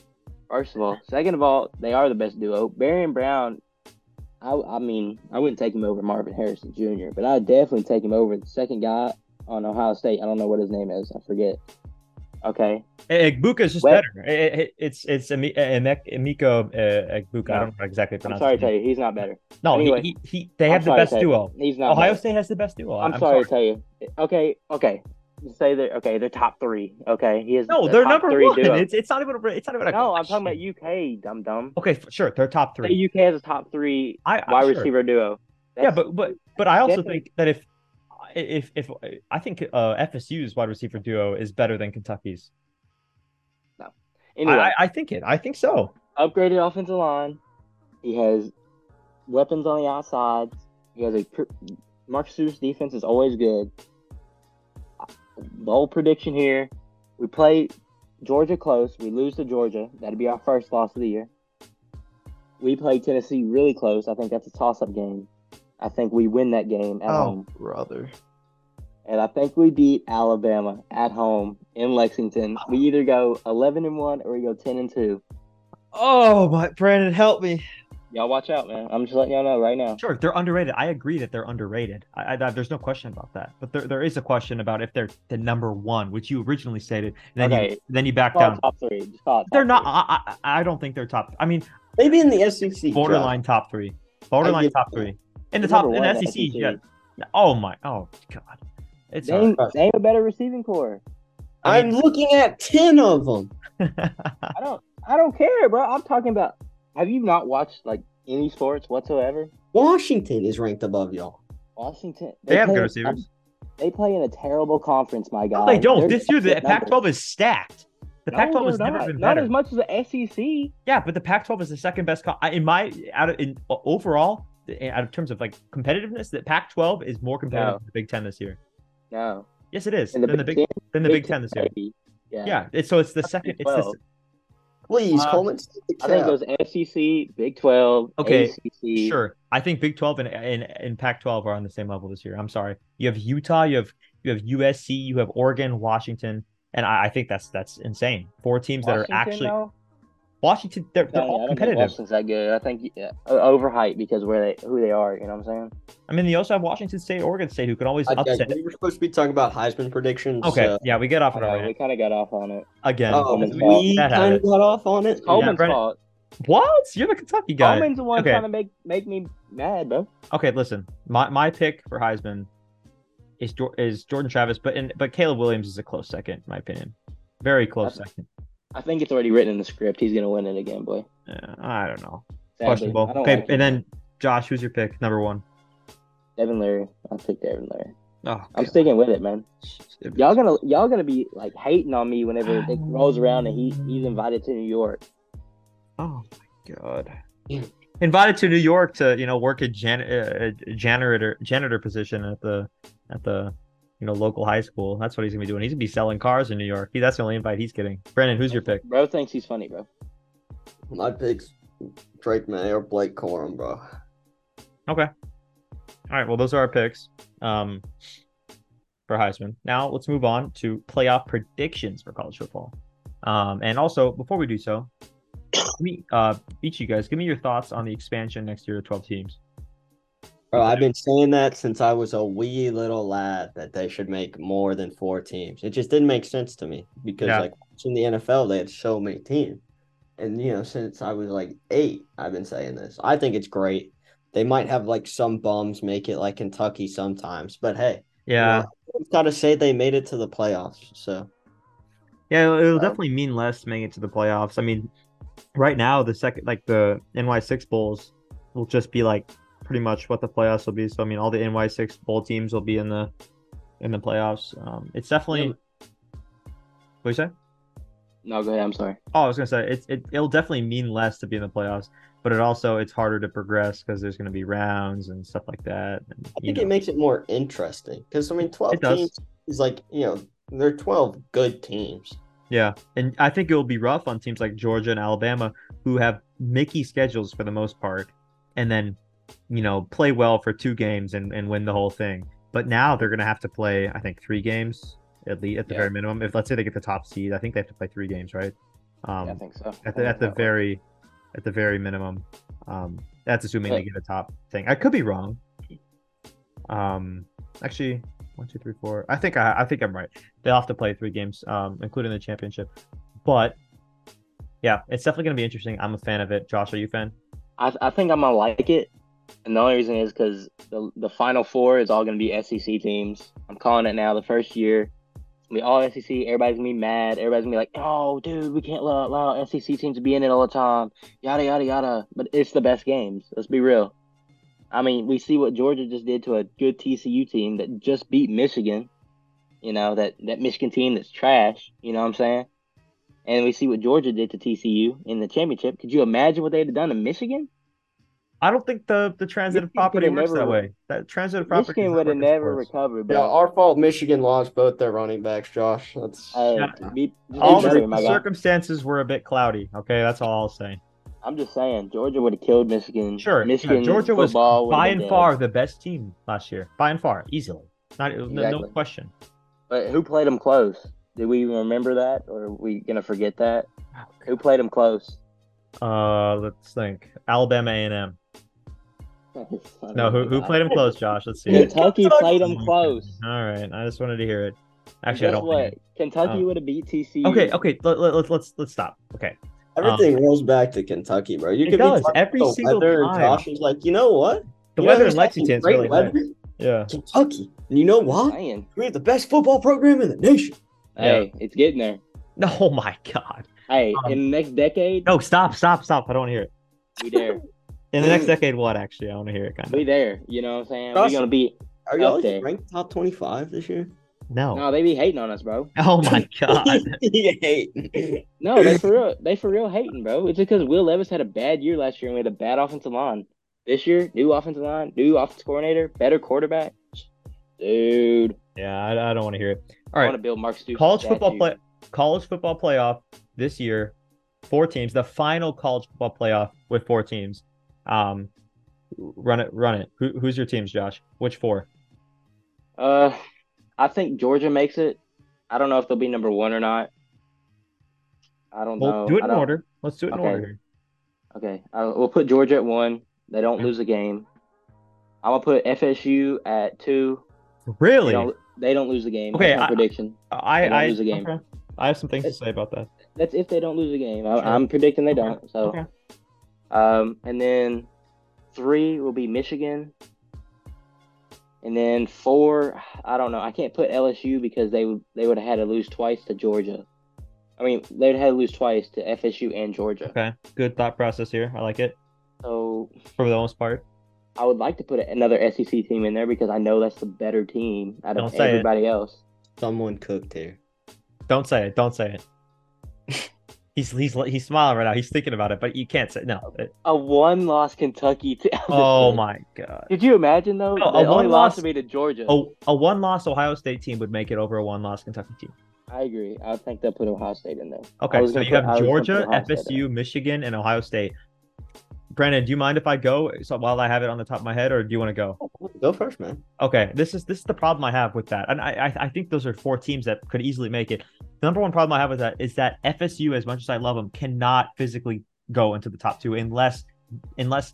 Speaker 3: First of all, second of all, they are the best duo. Barry and Brown. I, I mean, I wouldn't take him over Marvin Harrison Jr., but I'd definitely take him over the second guy on Ohio State. I don't know what his name is. I forget. Okay.
Speaker 2: E-, Egbuka is just
Speaker 3: Well-
Speaker 2: better. Eh, eh, it's it's Emi- eh, Emek- Emiko uh, Egbuka. I don't know exactly.
Speaker 3: I'm
Speaker 2: pronounce
Speaker 3: sorry
Speaker 2: his
Speaker 3: to tell
Speaker 2: name.
Speaker 3: you, he's not better.
Speaker 2: No, he-
Speaker 3: Anyway.
Speaker 2: he, he, they
Speaker 3: I'm
Speaker 2: have the
Speaker 3: sorry to
Speaker 2: best
Speaker 3: tell you.
Speaker 2: duo.
Speaker 3: He's not
Speaker 2: Ohio
Speaker 3: better.
Speaker 2: State has the best duo.
Speaker 3: I'm, sorry, to tell you. Okay, okay. Say they're okay. They're top three. Okay, he is.
Speaker 2: No,
Speaker 3: the
Speaker 2: they're
Speaker 3: top
Speaker 2: number
Speaker 3: three
Speaker 2: one.
Speaker 3: duo.
Speaker 2: It's, it's not even. a- It's not even. A
Speaker 3: No, I'm talking about
Speaker 2: question.
Speaker 3: UK, dum dum.
Speaker 2: Okay, f- sure. They're top three.
Speaker 3: Say UK has a top three
Speaker 2: I, I-
Speaker 3: wide
Speaker 2: sure.
Speaker 3: receiver duo.
Speaker 2: Yeah,
Speaker 3: That's-
Speaker 2: but but but I also
Speaker 3: definitely-
Speaker 2: think that if if if I think uh, FSU's wide receiver duo is better than Kentucky's.
Speaker 3: anyway,
Speaker 2: I, I- I think it. I think so.
Speaker 3: upgraded offensive line. He has weapons on the outside. He has a pr- Mark Seuss defense is always good. Bold prediction here: we play Georgia close. We lose to Georgia. That'd be our first loss of the year. We play Tennessee really close. I think that's a toss-up game. I think we win that game at
Speaker 4: Oh.
Speaker 3: home,
Speaker 1: brother.
Speaker 3: and I think we beat Alabama at home in Lexington. We either go eleven and one or we go ten and two.
Speaker 2: Oh my, Brandon, help me.
Speaker 3: Y'all watch out, man. I'm just letting y'all know right now.
Speaker 2: Sure, they're underrated. I agree that they're underrated. I, I, that- there's no question about that. But there, there is a question about if they're the number one, which you originally stated. And then you
Speaker 3: Okay.
Speaker 2: then you back
Speaker 3: Call it
Speaker 2: down.
Speaker 3: top three. Just call it top
Speaker 2: They're not.
Speaker 3: three.
Speaker 2: I, I I don't think they're top. I mean,
Speaker 4: Maybe in the E SEC.
Speaker 2: borderline top three. Borderline
Speaker 4: give-
Speaker 2: top three. In the
Speaker 3: They're
Speaker 2: top
Speaker 3: number
Speaker 2: in E
Speaker 3: one
Speaker 2: the
Speaker 3: in the
Speaker 2: SEC.
Speaker 3: SEC.
Speaker 2: Yeah. Oh my. Oh god. It's
Speaker 3: They
Speaker 2: hard.
Speaker 3: ain't, they ain't a better receiving core.
Speaker 2: I
Speaker 4: I'm looking at ten of them.
Speaker 3: I don't. I don't care, bro. I'm talking about. Have you not watched like any sports whatsoever?
Speaker 4: Washington is ranked above y'all.
Speaker 3: Washington.
Speaker 2: they have
Speaker 3: play
Speaker 2: good
Speaker 3: in-
Speaker 2: receivers.
Speaker 3: They play in a terrible conference, my
Speaker 2: No,
Speaker 3: God.
Speaker 2: they don't.
Speaker 3: They're
Speaker 2: This year, the
Speaker 3: Um, shit numbers.
Speaker 2: Pac-12 is stacked. The
Speaker 3: No,
Speaker 2: Pac-12
Speaker 3: they're
Speaker 2: has never
Speaker 3: not.
Speaker 2: been
Speaker 3: Not
Speaker 2: better.
Speaker 3: as much as the E SEC.
Speaker 2: Yeah, but the Pac-12 is the second best. Co- I- in my out of, in o- overall, the- out of terms of like competitiveness, the Pac-12 is more competitive
Speaker 3: No.
Speaker 2: than the Big Ten this year.
Speaker 3: No.
Speaker 2: Yes, it is.
Speaker 3: And the
Speaker 2: than the
Speaker 3: Big
Speaker 2: Big
Speaker 3: Ten-
Speaker 2: than the Big Ten this year.
Speaker 3: maybe. Yeah.
Speaker 2: Yeah, it's, so it's the second. It's the,
Speaker 3: Pac-12.
Speaker 4: Please,
Speaker 2: Uh,
Speaker 4: Coleman. stick the
Speaker 3: I think it
Speaker 4: cap.
Speaker 3: goes SEC, Big Twelve,
Speaker 2: Okay,
Speaker 3: ACC.
Speaker 2: Sure. I think Big 12 and, and, and Pac 12 are on the same level this year. I'm sorry. You have Utah, you have you have USC, you have Oregon, Washington, and I, I think that's that's insane. Four teams that
Speaker 3: Washington,
Speaker 2: are actually
Speaker 3: though?
Speaker 2: Washington, they're, they're
Speaker 3: Telling you,
Speaker 2: all
Speaker 3: I don't think
Speaker 2: competitive.
Speaker 3: Washington's that good. I think yeah, o- overhyped because where they who they are. You know what I'm saying?
Speaker 2: I mean, they also have Washington State, Oregon State, who can always
Speaker 4: Okay,
Speaker 2: upset.
Speaker 4: we were supposed to be talking about Heisman predictions.
Speaker 2: Okay,
Speaker 4: so-
Speaker 2: yeah, we get off
Speaker 3: I
Speaker 2: on our
Speaker 3: know, we
Speaker 2: rant
Speaker 3: kind of got off on it.
Speaker 2: again.
Speaker 4: Oh,
Speaker 3: Coleman's
Speaker 4: we
Speaker 2: fault.
Speaker 4: kind of got off on it.
Speaker 2: Oh,
Speaker 3: Coleman's
Speaker 2: Brennan-
Speaker 3: fault.
Speaker 2: What? You're the Kentucky guy.
Speaker 3: Coleman's the one
Speaker 2: Okay.
Speaker 3: trying to make make me mad, bro.
Speaker 2: Okay, listen. My my pick for Heisman is Jor- is Jordan Travis, but in, but Caleb Williams is a close second, in my opinion. Very close
Speaker 3: That's-
Speaker 2: second.
Speaker 3: I think it's already written in the script. He's gonna win it again, boy.
Speaker 2: Yeah, I don't know.
Speaker 3: Sadly.
Speaker 2: Questionable.
Speaker 3: I don't
Speaker 2: Okay,
Speaker 3: like him.
Speaker 2: and then Josh, who's your pick number one?
Speaker 3: Devin Leary. I picked Devin Leary.
Speaker 2: Oh,
Speaker 3: I'm sticking with it, man.
Speaker 2: God.
Speaker 3: Y'all gonna y'all gonna be like hating on me whenever it rolls around and he he's invited to New York.
Speaker 2: Oh my god.
Speaker 4: Yeah.
Speaker 2: Invited to New York to you know work a, jan- uh, a janitor janitor position at the at the you know local high school. That's what he's gonna be doing. He's gonna be selling cars in New York. He, that's the only invite he's getting. Brandon, who's your pick?
Speaker 3: Bro thinks he's funny, bro.
Speaker 4: My picks: Drake May or Blake Corum, bro.
Speaker 2: All right, well those are our picks um, for Heisman. Now let's move on to playoff predictions for college football. Um, and also before we do so, let me uh, each of you guys give me your thoughts on the expansion next year to twelve teams.
Speaker 4: Bro, I've been saying that since I was a wee little lad that they should make more than four teams. It just didn't make sense to me because,
Speaker 2: Yeah.
Speaker 4: like, in the NFL, they had so many teams. And, you know, since I was like eight, I've been saying this. I think it's great. They might have like some bums make it like Kentucky sometimes, but hey,
Speaker 2: Yeah,
Speaker 4: I've got to say they made it to the playoffs. So,
Speaker 2: Yeah, it'll, it'll
Speaker 4: So-
Speaker 2: definitely mean less making it to the playoffs. I mean, right now the second like the NY6 bowls will just be like pretty much what the playoffs will be. So I mean, all the NY6 bowl teams will be in the in the playoffs. Um, it's definitely.
Speaker 4: Yeah,
Speaker 2: What you say?
Speaker 3: No, go ahead. I'm sorry.
Speaker 2: Oh, I was gonna say it's it, it'll definitely mean less to be in the playoffs, but it also it's harder to progress because there's gonna be rounds and stuff like that. And,
Speaker 4: I
Speaker 2: you
Speaker 4: think
Speaker 2: know.
Speaker 4: it makes it more interesting because, I mean, 12
Speaker 2: It does.
Speaker 4: teams is like, you know, they're 12 good teams.
Speaker 2: Yeah, and I think it will be rough on teams like Georgia and Alabama who have Mickey schedules for the most part, and then you know play well for two games and, and win the whole thing. But now they're gonna have to play, I think, three games at least at the
Speaker 3: Yeah.
Speaker 2: very minimum. If let's say they get the top seed, I think they have to play three games, right? Um,
Speaker 3: Yeah, I think so.
Speaker 2: at the at the very at the very minimum. Um, that's assuming
Speaker 3: Okay.
Speaker 2: they get a top thing. I could be wrong. Um, actually, one, two, three, four. I think I, I think I'm right. They'll have to play three games, um, including the championship. But yeah, it's definitely going to be interesting. I'm a fan of it. Josh, are you a fan?
Speaker 3: I, I think I'm gonna like it, and the only reason is because the the final four is all gonna be SEC teams. I'm calling it now. The first year, it's gonna be all SEC. Everybody's gonna be mad. Everybody's gonna be like, "Oh, dude, we can't allow, allow SEC teams to be in it all the time." Yada yada yada. But it's the best games. Let's be real. I mean, we see what Georgia just did to a good TCU team that just beat Michigan. You know that that Michigan team that's trash. You know what I'm saying? And we see what Georgia did to TCU in the championship. Could you imagine what they'd have done to Michigan?
Speaker 2: I don't think the the transitive
Speaker 3: Michigan
Speaker 2: property
Speaker 3: could've
Speaker 2: works that
Speaker 3: never-
Speaker 2: way. That transitive property.
Speaker 3: Michigan
Speaker 2: does
Speaker 3: would
Speaker 2: not
Speaker 3: have
Speaker 2: work in
Speaker 3: never
Speaker 2: sports.
Speaker 3: recovered,
Speaker 4: Yeah,
Speaker 3: bro.
Speaker 4: our fault. Michigan lost both their running backs, Josh. That's
Speaker 3: Hey,
Speaker 2: Yeah.
Speaker 3: be- just
Speaker 2: All
Speaker 3: be
Speaker 2: the
Speaker 3: better, my guy.
Speaker 2: circumstances were a bit cloudy. Okay, that's all I'll say.
Speaker 3: I'm just saying, Georgia would have killed Michigan.
Speaker 2: Sure, yeah,
Speaker 3: Michigan
Speaker 2: Georgia was
Speaker 3: football would've
Speaker 2: by
Speaker 3: been
Speaker 2: and
Speaker 3: dead.
Speaker 2: far the best team last year. By and far, easily. Not no- no
Speaker 3: Exactly.
Speaker 2: question.
Speaker 3: But who played them close? Did we even remember that, or are we gonna forget that? Who played them close?
Speaker 2: Uh, let's think. Alabama A and M. No, who who played them close, Josh? Let's see.
Speaker 3: Kentucky played them close.
Speaker 2: All right, I just wanted to hear it.
Speaker 3: Guess
Speaker 2: Actually, I don't.
Speaker 3: what?
Speaker 2: think
Speaker 3: Kentucky
Speaker 2: Oh.
Speaker 3: would have beat TCU.
Speaker 2: I- Okay, okay. Let, let, let's let's let's stop. Okay,
Speaker 4: everything rolls back to Kentucky, bro. You
Speaker 2: Um, It
Speaker 4: could
Speaker 2: does,
Speaker 4: be talking
Speaker 2: every
Speaker 4: about
Speaker 2: single
Speaker 4: weather, and
Speaker 2: time.
Speaker 4: Josh is like, you know what?
Speaker 2: the
Speaker 4: You know
Speaker 2: weather
Speaker 4: who's
Speaker 2: in
Speaker 4: got some
Speaker 2: Lexington's
Speaker 4: great
Speaker 2: really
Speaker 4: weather?
Speaker 2: nice. Yeah,
Speaker 4: Kentucky. And you know what?
Speaker 3: Man,
Speaker 4: We have the best football program in the nation.
Speaker 3: hey, it's getting there.
Speaker 2: No, oh my God.
Speaker 3: Hey,
Speaker 2: Um,
Speaker 3: in the next decade,
Speaker 2: No, stop, stop, stop. I don't want to hear it.
Speaker 3: we there.
Speaker 2: In the next decade, what? Actually, I want to hear it. Kind
Speaker 3: We
Speaker 2: of.
Speaker 3: there. You know what I'm saying? We're
Speaker 4: Awesome.
Speaker 3: gonna be.
Speaker 4: Are y'all
Speaker 3: Up there.
Speaker 4: ranked top twenty-five this year?
Speaker 2: No.
Speaker 3: No, they be hating on us, bro.
Speaker 2: Oh my God.
Speaker 4: Yay.
Speaker 3: No, they for real. They for real hating, bro. It's because Will Levis had a bad year last year, and we had a bad offensive line. This year, new offensive line, new offensive coordinator, better quarterback. Dude,
Speaker 2: Yeah, I, I don't want to hear it. All
Speaker 3: I
Speaker 2: right.
Speaker 3: want to build Mark Stoops.
Speaker 2: college
Speaker 3: statue.
Speaker 2: football play college football playoff this year four teams the final college football playoff with four teams um run it run it Who, who's your teams josh which four
Speaker 3: Uh, I think Georgia makes it. I don't know if they'll be number one or not. I don't
Speaker 2: well,
Speaker 3: know.
Speaker 2: do it
Speaker 3: I
Speaker 2: in
Speaker 3: don't-
Speaker 2: order let's do it in
Speaker 3: Okay.
Speaker 2: order here.
Speaker 3: Okay, uh, we'll put Georgia at one. They don't
Speaker 2: Yeah.
Speaker 3: lose a game. I'm gonna put FSU at two. They
Speaker 2: really
Speaker 3: don't, they don't lose a game.
Speaker 2: Okay,
Speaker 3: That's my
Speaker 2: I-
Speaker 3: prediction.
Speaker 2: i
Speaker 3: they don't
Speaker 2: i
Speaker 3: lose a game.
Speaker 2: okay. i have some things to say about that
Speaker 3: That's if they don't lose a game. I,
Speaker 2: Sure.
Speaker 3: I'm predicting they
Speaker 2: Okay,
Speaker 3: don't. So.
Speaker 2: okay.
Speaker 3: Um, and then three will be Michigan. And then four, I don't know. I can't put LSU because they would they would have had to lose twice to Georgia. I mean, they'd had to lose twice to FSU and Georgia.
Speaker 2: okay good thought process here i like it
Speaker 3: So
Speaker 2: for the most part
Speaker 3: I would like to put another SEC team in there because I know that's the better team out
Speaker 2: Don't
Speaker 3: of
Speaker 2: say it.
Speaker 3: everybody else.
Speaker 4: Someone cooked here.
Speaker 2: don't say it don't say it he's he's he's smiling right now he's thinking about it but you can't say no
Speaker 3: A one loss Kentucky team.
Speaker 2: oh my god
Speaker 3: Did you imagine though?
Speaker 2: No,
Speaker 3: the
Speaker 2: a
Speaker 3: only
Speaker 2: one-loss-
Speaker 3: loss would be to Georgia.
Speaker 2: Oh, a one loss Ohio State team would make it over a one loss Kentucky team.
Speaker 3: I agree. I think they'll put Ohio State in there. I
Speaker 2: Okay,
Speaker 3: was
Speaker 2: so
Speaker 3: gonna
Speaker 2: you
Speaker 3: put- I
Speaker 2: have
Speaker 3: was gonna
Speaker 2: Georgia,
Speaker 3: put Ohio State in
Speaker 2: FSU, Michigan, and Ohio State. Brandon, do you mind if I go so while I have it on the top of my head, or do you want to go?
Speaker 4: Go first, man.
Speaker 2: Okay, this is this is the problem I have with that, and I I, I think those are four teams that could easily make it. The number one problem I have with that is that FSU, as much as I love them, cannot physically go into the top two unless unless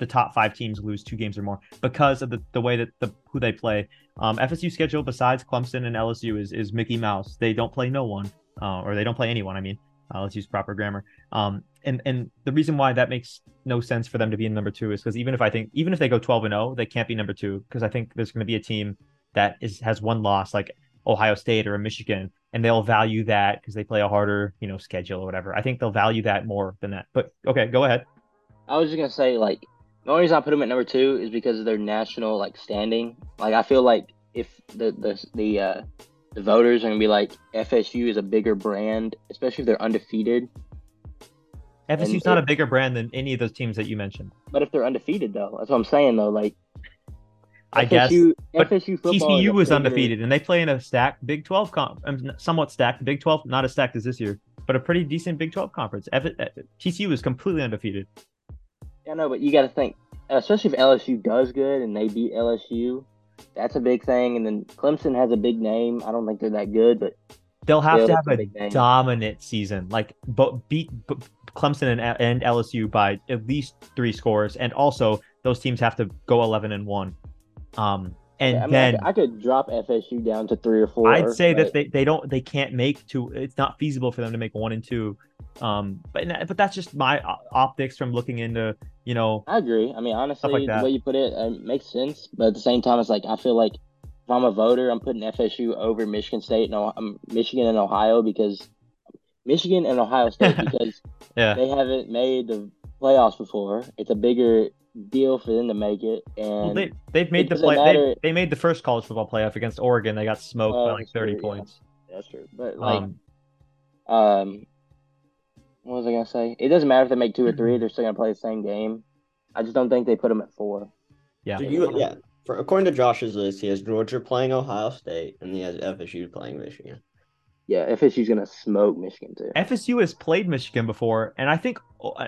Speaker 2: the top five teams lose two games or more because of the, the way that the who they play. Um, FSU schedule besides Clemson and LSU is is Mickey Mouse. They don't play no one, uh, or they don't play anyone. I mean, uh, let's use proper grammar. Um, and and the reason why that makes no sense for them to be in number two is because even if I think even if they go twelve and zero, they can't be number two because I think there's going to be a team that is has one loss like Ohio State or Michigan, and they'll value that because they play a harder you know schedule or whatever. I think they'll value that more than that. But okay, go ahead.
Speaker 3: I was just gonna say like the only reason I put them at number two is because of their national like standing. Like I feel like if the the the uh, the voters are gonna be like FSU is a bigger brand, especially if they're undefeated.
Speaker 2: FSU's not a bigger brand than any of those teams that you mentioned.
Speaker 3: But if they're undefeated though, that's what I'm saying though. Like
Speaker 2: I guess but
Speaker 3: FSU football. is a
Speaker 2: TCU was
Speaker 3: bigger-
Speaker 2: undefeated, and they play in a stacked Big 12 comp, um, somewhat stacked Big 12, not as stacked as this year, but a pretty decent Big 12 conference. F- uh, TCU is completely undefeated.
Speaker 3: I know, but you got to think, especially if LSU does good and they beat LSU, that's a big thing. And then Clemson has a big name. I don't think they're that good, but
Speaker 2: They'll have
Speaker 3: still,
Speaker 2: to
Speaker 3: it's
Speaker 2: have a
Speaker 3: big name.
Speaker 2: dominant season, like but beat b- Clemson and, and LSU by at least three scores, and also those teams have to go eleven and one. Um, and
Speaker 3: I mean,
Speaker 2: then
Speaker 3: I, could, I could drop FSU down to three or four.
Speaker 2: I'd say
Speaker 3: but-
Speaker 2: that they, they don't they can't make two. It's not feasible for them to make one and two. Um, but but that's just my o- optics from looking into you know
Speaker 3: I agree. I mean, honestly,
Speaker 2: like
Speaker 3: the
Speaker 2: that.
Speaker 3: way you put it, uh makes sense. But at the same time, it's like I feel like if I'm a voter, I'm putting FSU over Michigan State and um, Michigan and Ohio because Michigan and Ohio State because
Speaker 2: yeah
Speaker 3: they haven't made the playoffs before. It's a bigger deal for them to make it, and
Speaker 2: Well, they they've made the
Speaker 3: Um, doesn't
Speaker 2: play
Speaker 3: matter-
Speaker 2: they, they made the first college football playoff against Oregon. They got smoked by
Speaker 3: Oh,
Speaker 2: like thirty
Speaker 3: sure, yeah.
Speaker 2: points.
Speaker 3: that's true. But like,
Speaker 2: Um,
Speaker 3: um, what was I gonna say? It doesn't matter if they make two or three; they're still gonna play the same game. I just don't think they put them at four.
Speaker 2: yeah,
Speaker 4: Do you, yeah. For, according to Josh's list, he has Georgia playing Ohio State, and he has FSU playing Michigan.
Speaker 3: Yeah, FSU's gonna smoke Michigan too.
Speaker 2: FSU has played Michigan before, and I think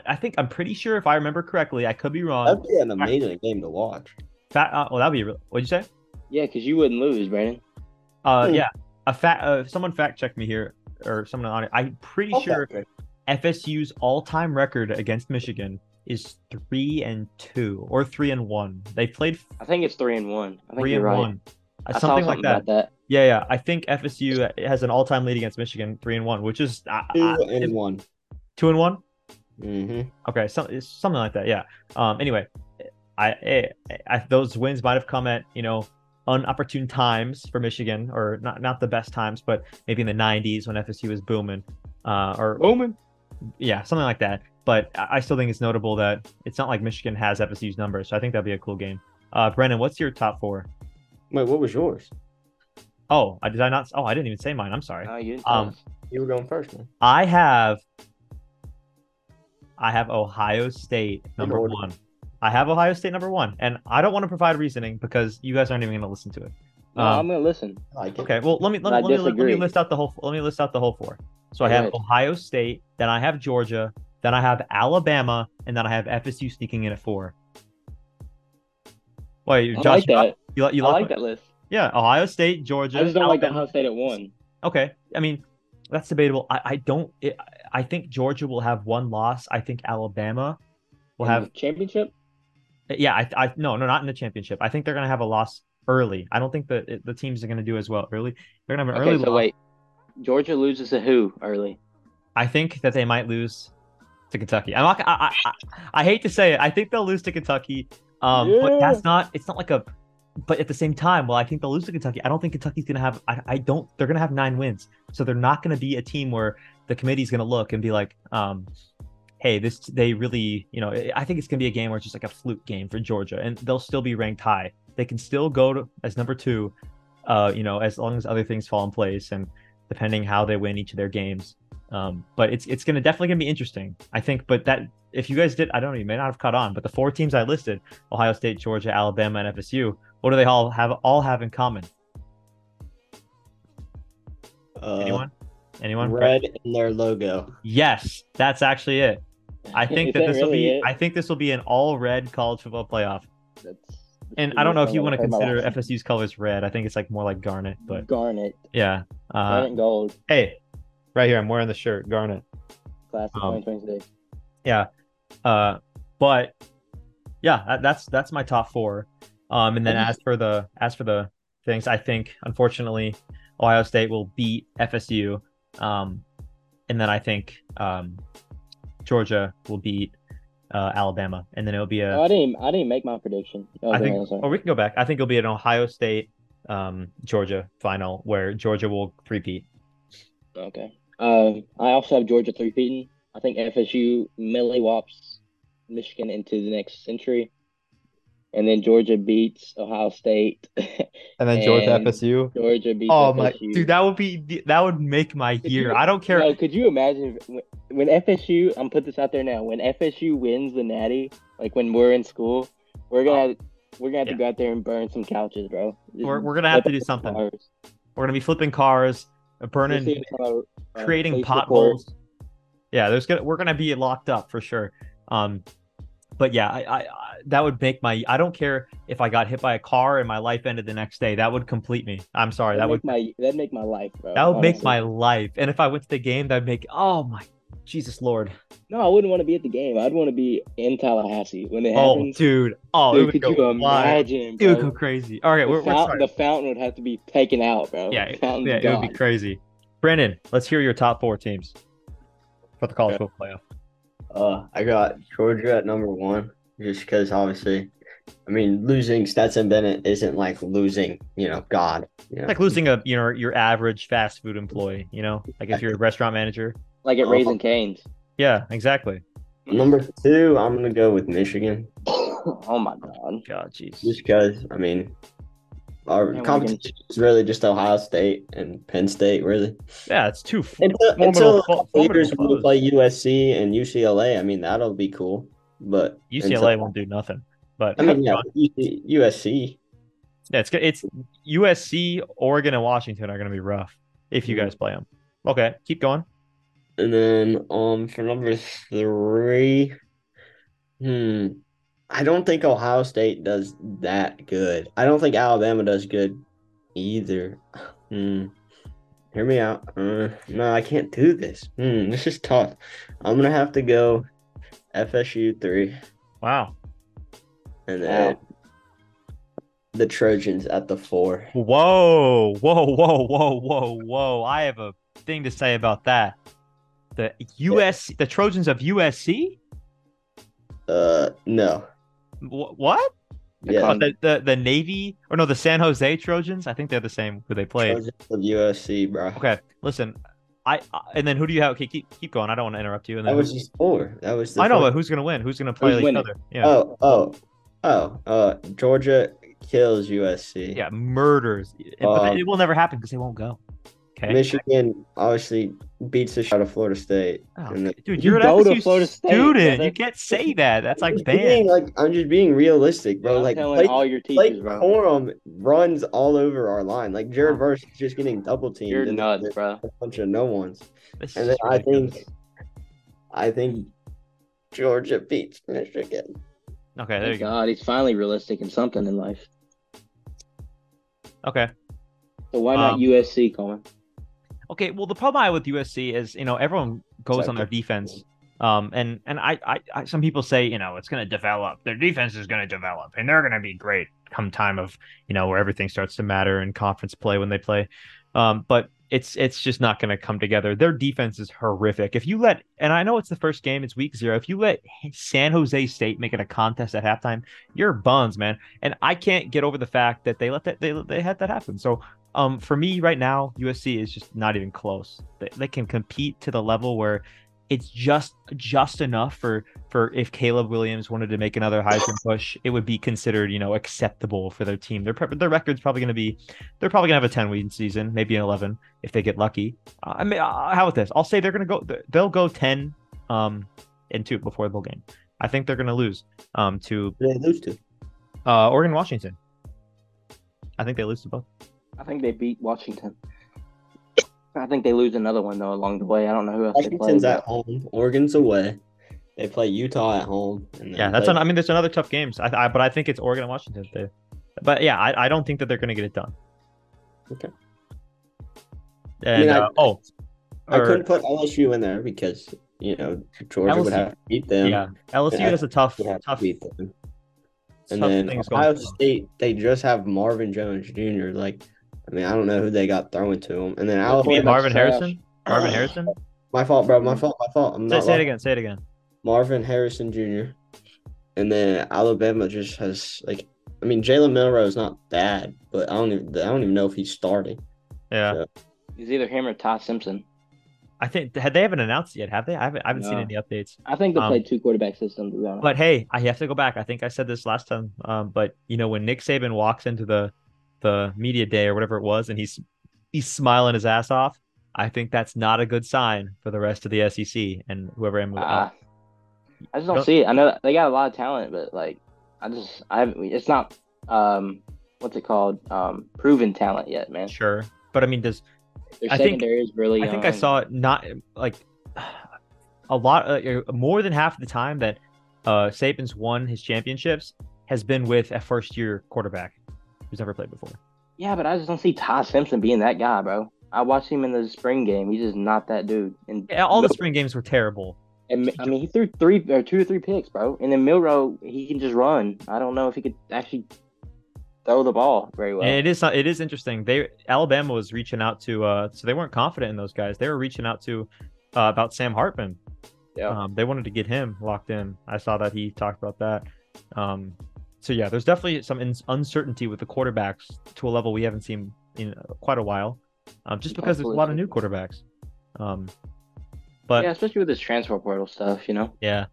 Speaker 2: I think I'm pretty sure if I remember correctly. Um, I could be wrong.
Speaker 4: That'd be an amazing game to watch.
Speaker 2: Fat, uh, well, that'd be re- what'd you say?
Speaker 3: Yeah, because you wouldn't lose, Brandon.
Speaker 2: Uh,
Speaker 4: Hmm.
Speaker 2: yeah, a fact. Uh, someone fact checked me here, or someone on it. I'm pretty sure FSU's all-time record against Michigan is three and two or three and one. They played
Speaker 3: I think it's three and one. I think
Speaker 2: three
Speaker 3: you're
Speaker 2: and
Speaker 3: right.
Speaker 2: one, Uh,
Speaker 3: I saw
Speaker 2: something like that.
Speaker 3: about that.
Speaker 2: Yeah, yeah. I think FSU has an all-time lead against Michigan, three and one, which is I,
Speaker 4: Two
Speaker 2: I-
Speaker 4: and one.
Speaker 2: two and one.
Speaker 4: Mm-hmm.
Speaker 2: Okay, so, it's something like that. Yeah. Um. Anyway, I, I, I those wins might have come at you know unopportune times for Michigan, or not not the best times, but maybe in the '90s when FSU was booming, uh, or booming. Yeah, something like that. But I I still think it's notable that it's not like Michigan has FSU's number, so I think that'd be a cool game. Uh, Brennan, what's your top four?
Speaker 4: Wait, what was yours?
Speaker 2: Oh, I- did I not? Oh, I didn't even say mine. I'm sorry.
Speaker 3: No, you didn't.
Speaker 2: Um,
Speaker 3: tell us.
Speaker 4: You were going first, man.
Speaker 2: I have I have Ohio State number
Speaker 4: order.
Speaker 2: one. I have Ohio State number one, and I don't want to provide reasoning because you guys aren't even going to listen to it.
Speaker 3: No,
Speaker 2: um,
Speaker 3: I'm gonna listen.
Speaker 4: I like it.
Speaker 2: Okay, well let me let
Speaker 3: I
Speaker 2: me, let me let me
Speaker 3: disagree.
Speaker 2: list out the whole let me list out the whole four. So I
Speaker 3: Go
Speaker 2: have
Speaker 3: ahead.
Speaker 2: Ohio State, then I have Georgia, then I have Alabama, and then I have FSU sneaking in at four. Wait,
Speaker 3: I
Speaker 2: Josh,
Speaker 3: like that.
Speaker 2: you like you,
Speaker 3: I
Speaker 2: like,
Speaker 3: like that list.
Speaker 2: Yeah, Ohio State, Georgia.
Speaker 3: I just don't like that
Speaker 2: Alabama.
Speaker 3: Ohio State at one.
Speaker 2: Okay. I mean, that's debatable. I, I don't, it, I think Georgia will have one loss. I think Alabama will
Speaker 3: In
Speaker 2: have,
Speaker 3: the championship.
Speaker 2: yeah, I, I, no, no, not in the championship. I think they're going to have a loss early. I don't think that it- the teams are going to do as well early. They're going to have an
Speaker 3: okay,
Speaker 2: early
Speaker 3: so
Speaker 2: loss.
Speaker 3: wait, Georgia loses to who early?
Speaker 2: I think that they might lose to Kentucky. I'm not, I, I, I, I hate to say it. I think they'll lose to Kentucky. Um, but
Speaker 3: Yeah.
Speaker 2: that's not, it's not like a, but at the same time, well, I think they'll lose to Kentucky. I don't think Kentucky's going to have, I, I don't, they're going to have nine wins. So they're not going to be a team where the committee's going to look and be like, um, hey, this, they really, you know, I- I think it's going to be a game where it's just like a fluke game for Georgia and they'll still be ranked high. They can still go to, as number two, uh, you know, as long as other things fall in place and depending how they win each of their games. Um, but it's it's gonna definitely gonna be interesting, I think. But that if you guys did, I don't know, you may not have caught on. But the four teams I listed, Ohio State, Georgia, Alabama, and FSU, what do they all have all have in common?
Speaker 4: Uh,
Speaker 2: Anyone? Anyone?
Speaker 4: Red in their logo.
Speaker 2: Yes, that's actually it. I think
Speaker 3: Is
Speaker 2: that this will
Speaker 3: really
Speaker 2: be.
Speaker 3: it?
Speaker 2: I think this will be an all red college football playoff.
Speaker 3: That's-
Speaker 2: And
Speaker 3: that's
Speaker 2: I don't know if
Speaker 3: the
Speaker 2: you
Speaker 3: one
Speaker 2: want to
Speaker 3: I heard my
Speaker 2: consider
Speaker 3: last-
Speaker 2: FSU's colors red. I think it's like more like garnet. But
Speaker 3: Garnet,
Speaker 2: yeah. Uh,
Speaker 3: Garnet and Gold,
Speaker 2: hey, right here, I'm wearing the shirt, garnet.
Speaker 3: class of
Speaker 2: um,
Speaker 3: 2026.
Speaker 2: Uh, but yeah, that, that's that's my top four. Um, and then
Speaker 3: Mm-hmm.
Speaker 2: as for the as for the things, I think unfortunately Ohio State will beat FSU. Um, and then I think um, Georgia will beat uh, Alabama, and then it'll be a.
Speaker 3: Oh, I didn't. I didn't make my prediction. That was
Speaker 2: I think,
Speaker 3: another
Speaker 2: or we can go back. I think it'll be an Ohio State, um, Georgia final where Georgia will repeat.
Speaker 3: one. okay. Um, I also have Georgia three beaten. I think FSU milliwops Michigan into the next century, and then Georgia beats Ohio State.
Speaker 2: And
Speaker 3: then Georgia And-
Speaker 2: FSU.
Speaker 3: Georgia beats.
Speaker 2: Oh
Speaker 3: FSU.
Speaker 2: my dude, that would be that would make my year. I don't care.
Speaker 3: Yo, could you imagine if- when, when FSU? I'm put this out there now. When FSU wins the Natty, like when we're in school, we're gonna we're gonna have
Speaker 2: Yeah.
Speaker 3: to go out there and burn some couches, bro.
Speaker 2: We're, we're gonna have to do something. We're gonna be flipping cars, uh, burning,
Speaker 3: uh,
Speaker 2: creating potholes. Yeah, there's gonna we're gonna be locked up for sure. Um, but yeah, I, I, I that would make my I don't care if I got hit by a car and my life ended the next day. That would complete me. I'm sorry.
Speaker 3: That
Speaker 2: That would
Speaker 3: would my that make my life, bro.
Speaker 2: that would make
Speaker 3: honestly.
Speaker 2: my life. And if I went to the game, that'd make oh my Jesus Lord.
Speaker 3: No, I wouldn't want to be at the game. I'd want to be in Tallahassee when it
Speaker 2: Oh,
Speaker 3: happens.
Speaker 2: dude. Oh,
Speaker 3: Dude,
Speaker 2: it would
Speaker 3: could
Speaker 2: go
Speaker 3: you
Speaker 2: wild.
Speaker 3: imagine?
Speaker 2: It would go
Speaker 3: bro?
Speaker 2: crazy. All right,
Speaker 3: the,
Speaker 2: we're, we're
Speaker 3: fount-
Speaker 2: sorry.
Speaker 3: the fountain would have to be taken out, bro.
Speaker 2: yeah,
Speaker 3: the
Speaker 2: it-
Speaker 3: fountain's
Speaker 2: yeah, it would be
Speaker 3: gone.
Speaker 2: crazy. Brandon, let's hear your top four teams for the college football playoff.
Speaker 4: Uh, I got Georgia at number one just because obviously, I mean, losing Stetson Bennett isn't like losing, you know, God. You know?
Speaker 2: It's like losing a you know your average fast food employee. You know, like if you're a restaurant manager.
Speaker 3: Like
Speaker 4: Oh.
Speaker 3: at Raising Canes.
Speaker 2: Yeah, exactly.
Speaker 4: Number two, I'm gonna go with Michigan
Speaker 3: oh my god.
Speaker 2: God, jeez.
Speaker 4: just because I mean, our
Speaker 3: Yeah, Oregon.
Speaker 4: competition is really just Ohio State and Penn State, really.
Speaker 2: Yeah, it's too. f-
Speaker 4: Until,
Speaker 2: formidable-
Speaker 4: until a
Speaker 2: fo-
Speaker 4: couple years
Speaker 2: formidable
Speaker 4: when we
Speaker 2: foes.
Speaker 4: play USC and UCLA, I mean, that'll be cool. But
Speaker 2: UCLA
Speaker 4: until-
Speaker 2: won't do nothing. But
Speaker 4: I mean, yeah, UC USC.
Speaker 2: Yeah, it's good. It's USC, Oregon, and Washington are going to be rough if you
Speaker 4: Mhm.
Speaker 2: guys play them. Okay, keep going.
Speaker 4: And then um for number three, hmm, I don't think Ohio State does that good. I don't think Alabama does good either. Hmm. Hear me out. Uh, no, I can't do this. Hmm, this is tough. I'm gonna have to go FSU three
Speaker 2: Wow.
Speaker 4: and then the Trojans at the four.
Speaker 2: Whoa, whoa, whoa, whoa, whoa, whoa! I have a thing to say about that. The US, the Trojans of USC.
Speaker 4: Uh, no.
Speaker 2: Wh- What?
Speaker 4: Yeah,
Speaker 2: Oh, the, the the Navy or no, the San Jose Trojans. I think they're the same who they played.
Speaker 4: Trojans of USC, bro.
Speaker 2: Okay, listen. I, I and then who do you have? Okay, keep keep going. I don't want to interrupt you. And
Speaker 4: That
Speaker 2: then
Speaker 4: was
Speaker 2: who-
Speaker 4: just four. That was the
Speaker 2: I know,
Speaker 4: four.
Speaker 2: but who's gonna win? Who's gonna play
Speaker 3: Who's
Speaker 2: each
Speaker 3: winning?
Speaker 2: other? Yeah,
Speaker 4: Oh, oh, oh, uh, Georgia kills USC.
Speaker 2: yeah, murders. It-
Speaker 4: Uh,
Speaker 2: but it will never happen because they won't go. Okay,
Speaker 4: Michigan obviously beats the shit out of Florida State.
Speaker 2: Oh,
Speaker 4: and the-
Speaker 2: dude,
Speaker 3: You
Speaker 2: you're
Speaker 3: go
Speaker 2: an
Speaker 3: to
Speaker 2: FSU
Speaker 3: Florida State,
Speaker 2: student.
Speaker 3: brother.
Speaker 2: You can't say that. That's like
Speaker 4: Just
Speaker 2: banned.
Speaker 4: being, like I'm just being realistic, bro.
Speaker 3: I'm
Speaker 4: like
Speaker 3: telling
Speaker 4: Blake,
Speaker 3: all your
Speaker 4: Blake
Speaker 3: teachers, bro.
Speaker 4: Corum runs all over our line. Like Jared Verse is just getting double teamed.
Speaker 3: You're
Speaker 4: and
Speaker 3: nuts,
Speaker 4: there's
Speaker 3: bro.
Speaker 4: A bunch of no ones.
Speaker 2: This
Speaker 4: And
Speaker 2: is
Speaker 4: then I
Speaker 2: ridiculous.
Speaker 4: think, I think Georgia beats Michigan.
Speaker 2: Okay, there you
Speaker 3: Thank
Speaker 2: go.
Speaker 3: God, he's finally realistic in something in life.
Speaker 2: Okay,
Speaker 3: So why not
Speaker 2: Um,
Speaker 3: USC, Coleman?
Speaker 2: okay. Well, the problem I have with USC is you know everyone goes on their defense. Um, and and I, I, I some people say you know it's going to develop. Their defense is going to develop, and they're going to be great come time of you know where everything starts to matter in conference play when they play. Um, but it's it's just not going to come together. Their defense is horrific. If you let, and I know it's the first game, it's week zero. If you let San Jose State make it a contest at halftime, you're buns, man. And I can't get over the fact that they let that they they had that happen. So um, for me right now, USC is just not even close. They, they can compete to the level where it's just just enough for for if Caleb Williams wanted to make another Heisman push, it would be considered you know acceptable for their team. Their pre- their record's probably going to be they're probably going to have a ten win season, maybe an eleven if they get lucky. Uh, I mean, uh, how about this? I'll say they're going to go th- they'll go ten um and two before the bowl game. I think they're going to lose um to
Speaker 4: Who They lose to.
Speaker 2: uh Oregon Washington. I think they lose to both.
Speaker 3: I think they beat Washington. I think they lose another one though along the way. I don't know who else they play.
Speaker 4: Washington's at
Speaker 3: but-
Speaker 4: home. Oregon's away. They play Utah at home. And then
Speaker 2: Yeah, that's.
Speaker 4: they-
Speaker 2: An, I mean, there's another tough games. I, I but I think it's Oregon and Washington. They, but yeah, I, I don't think that they're going to get it done.
Speaker 4: Okay.
Speaker 2: And
Speaker 4: mean, I-
Speaker 2: uh, oh,
Speaker 4: I
Speaker 2: or-
Speaker 4: couldn't put LSU in there because you know Georgia would
Speaker 2: LSU
Speaker 4: have to beat them.
Speaker 2: yeah, LSU
Speaker 4: Yeah,
Speaker 2: has a tough,
Speaker 4: would have
Speaker 2: tough,
Speaker 4: to beat them. And
Speaker 2: tough
Speaker 4: then
Speaker 2: things
Speaker 4: Ohio
Speaker 2: going. on.
Speaker 4: State, they just have Marvin Jones Jr. Like, I mean, I don't know who they got throwing to him. And then
Speaker 2: You mean
Speaker 4: Alabama,
Speaker 2: Marvin
Speaker 3: trash.
Speaker 2: Harrison? Marvin Harrison?
Speaker 4: my fault, bro. My fault. My fault. I'm
Speaker 2: Say,
Speaker 4: not
Speaker 2: say it
Speaker 4: lying.
Speaker 2: again. Say it again.
Speaker 4: Marvin Harrison Jr. And then Alabama just has like, I mean, Jalen Milroe's not bad, but I don't even I don't even know if he's starting.
Speaker 2: Yeah,
Speaker 4: So-
Speaker 3: It's either him or Ty Simpson.
Speaker 2: I think had they haven't announced it yet, have they? I haven't, I haven't seen
Speaker 3: No.
Speaker 2: any updates.
Speaker 3: I think they
Speaker 2: Um,
Speaker 3: play two quarterback systems. To be honest.
Speaker 2: But hey, I have to go back. I think I said this last time. Um, but you know, when Nick Saban walks into the the media day or whatever it was, and he's he's smiling his ass off, I think that's not a good sign for the rest of the SEC and whoever I'm.
Speaker 3: Ah. I just don't,
Speaker 2: Don't-
Speaker 3: see it. I know they got a lot of talent, but like, I just I haven't. It's not um, what's it called? Um, proven talent yet, man.
Speaker 2: sure, but I mean, does
Speaker 3: Their
Speaker 2: I think-
Speaker 3: secondary is really.
Speaker 2: I think I
Speaker 3: young.
Speaker 2: saw it not like a lot, uh, more than half of the time that uh, Saban's won his championships has been with a first year quarterback who's never played before.
Speaker 3: Yeah, but I just don't see Ty Simpson being that guy, bro. I- I watched him in the spring game. He's just not that dude. And
Speaker 2: Yeah, all the spring games were terrible.
Speaker 3: and, I mean, he threw three or two or three picks, bro. And then Milrow, he can just run. I don't know if he could actually throw the ball very well.
Speaker 2: And it is it is interesting. They Alabama was reaching out to uh so they weren't confident in those guys. They were reaching out to uh, about Sam Hartman.
Speaker 3: Yeah.
Speaker 2: Um, they wanted to get him locked in. I saw that he talked about that. Um, so yeah, there's definitely some in- uncertainty with the quarterbacks to a level we haven't seen in uh, quite a while. Um, just because there's a lot of new quarterbacks. Um, but
Speaker 3: yeah, especially with this transfer portal stuff, you know.
Speaker 2: yeah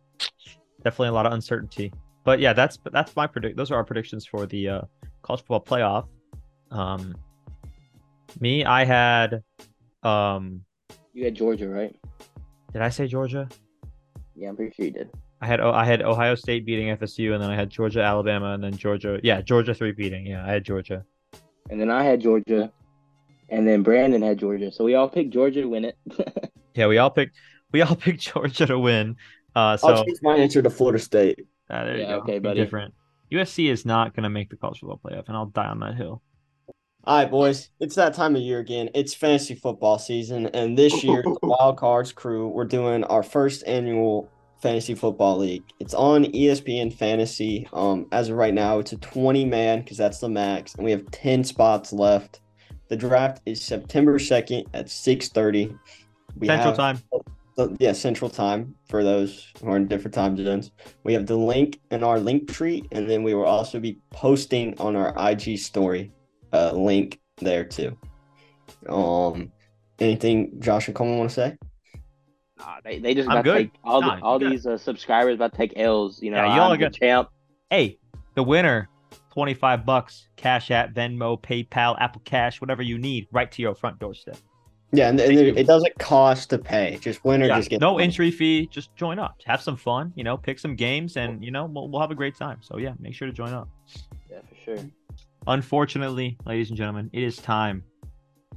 Speaker 2: definitely a lot of uncertainty but yeah that's that's my predict those are our predictions for the uh college football playoff um me i had um
Speaker 3: You had Georgia, right?
Speaker 2: did i say georgia
Speaker 3: Yeah, I'm pretty sure you did.
Speaker 2: i had oh, i had ohio state beating fsu and then i had georgia alabama and then georgia yeah georgia three beating yeah i had georgia
Speaker 3: And then I had Georgia, and then Brandon had Georgia. So we all picked Georgia to win it.
Speaker 2: yeah we all picked we all picked georgia to win uh so
Speaker 4: I'll change my answer to Florida State.
Speaker 2: Ah, there you
Speaker 3: Oh, Yeah,
Speaker 2: go.
Speaker 3: okay,
Speaker 2: Be
Speaker 3: buddy.
Speaker 2: different usc is not going to make the college football playoff and i'll die on that hill
Speaker 4: All right, boys, it's that time of year again. It's fantasy football season, and this year, the Wild Cards crew, we're doing our first annual fantasy football league. It's on E ESPN Fantasy. Um, as of right now, it's a 20 man because that's the max, and we have 10 spots left. The draft is September 2nd at 6:30. We
Speaker 2: central
Speaker 4: have-
Speaker 2: time
Speaker 4: So, yeah, Central Time for those who are in different time zones. We have the link in our link tree, and then we will also be posting on our IG story uh, link there too. Um, anything Josh and Coleman want to say?
Speaker 3: Nah, they, they just
Speaker 2: I'm
Speaker 3: got to
Speaker 2: good.
Speaker 3: take all, the,
Speaker 2: Nah,
Speaker 3: all
Speaker 2: you got-
Speaker 3: these uh, subscribers about to take L's. You know,
Speaker 2: Yeah,
Speaker 3: yeah,
Speaker 2: you all
Speaker 3: I'm the
Speaker 2: got-
Speaker 3: champ.
Speaker 2: hey, the winner, 25 bucks, Cash App, Venmo, PayPal, Apple Cash, whatever you need, right to your front doorstep.
Speaker 4: Yeah, and, and
Speaker 2: Thank
Speaker 4: there-
Speaker 2: you.
Speaker 4: it doesn't cost to pay. Just win or
Speaker 2: Yeah,
Speaker 4: just get
Speaker 2: no entry fee, just join up, have some fun, you know, pick some games, and you know, we'll, we'll have a great time. So, yeah, make sure to join up.
Speaker 3: Yeah, for sure.
Speaker 2: Unfortunately, ladies and gentlemen, it is time.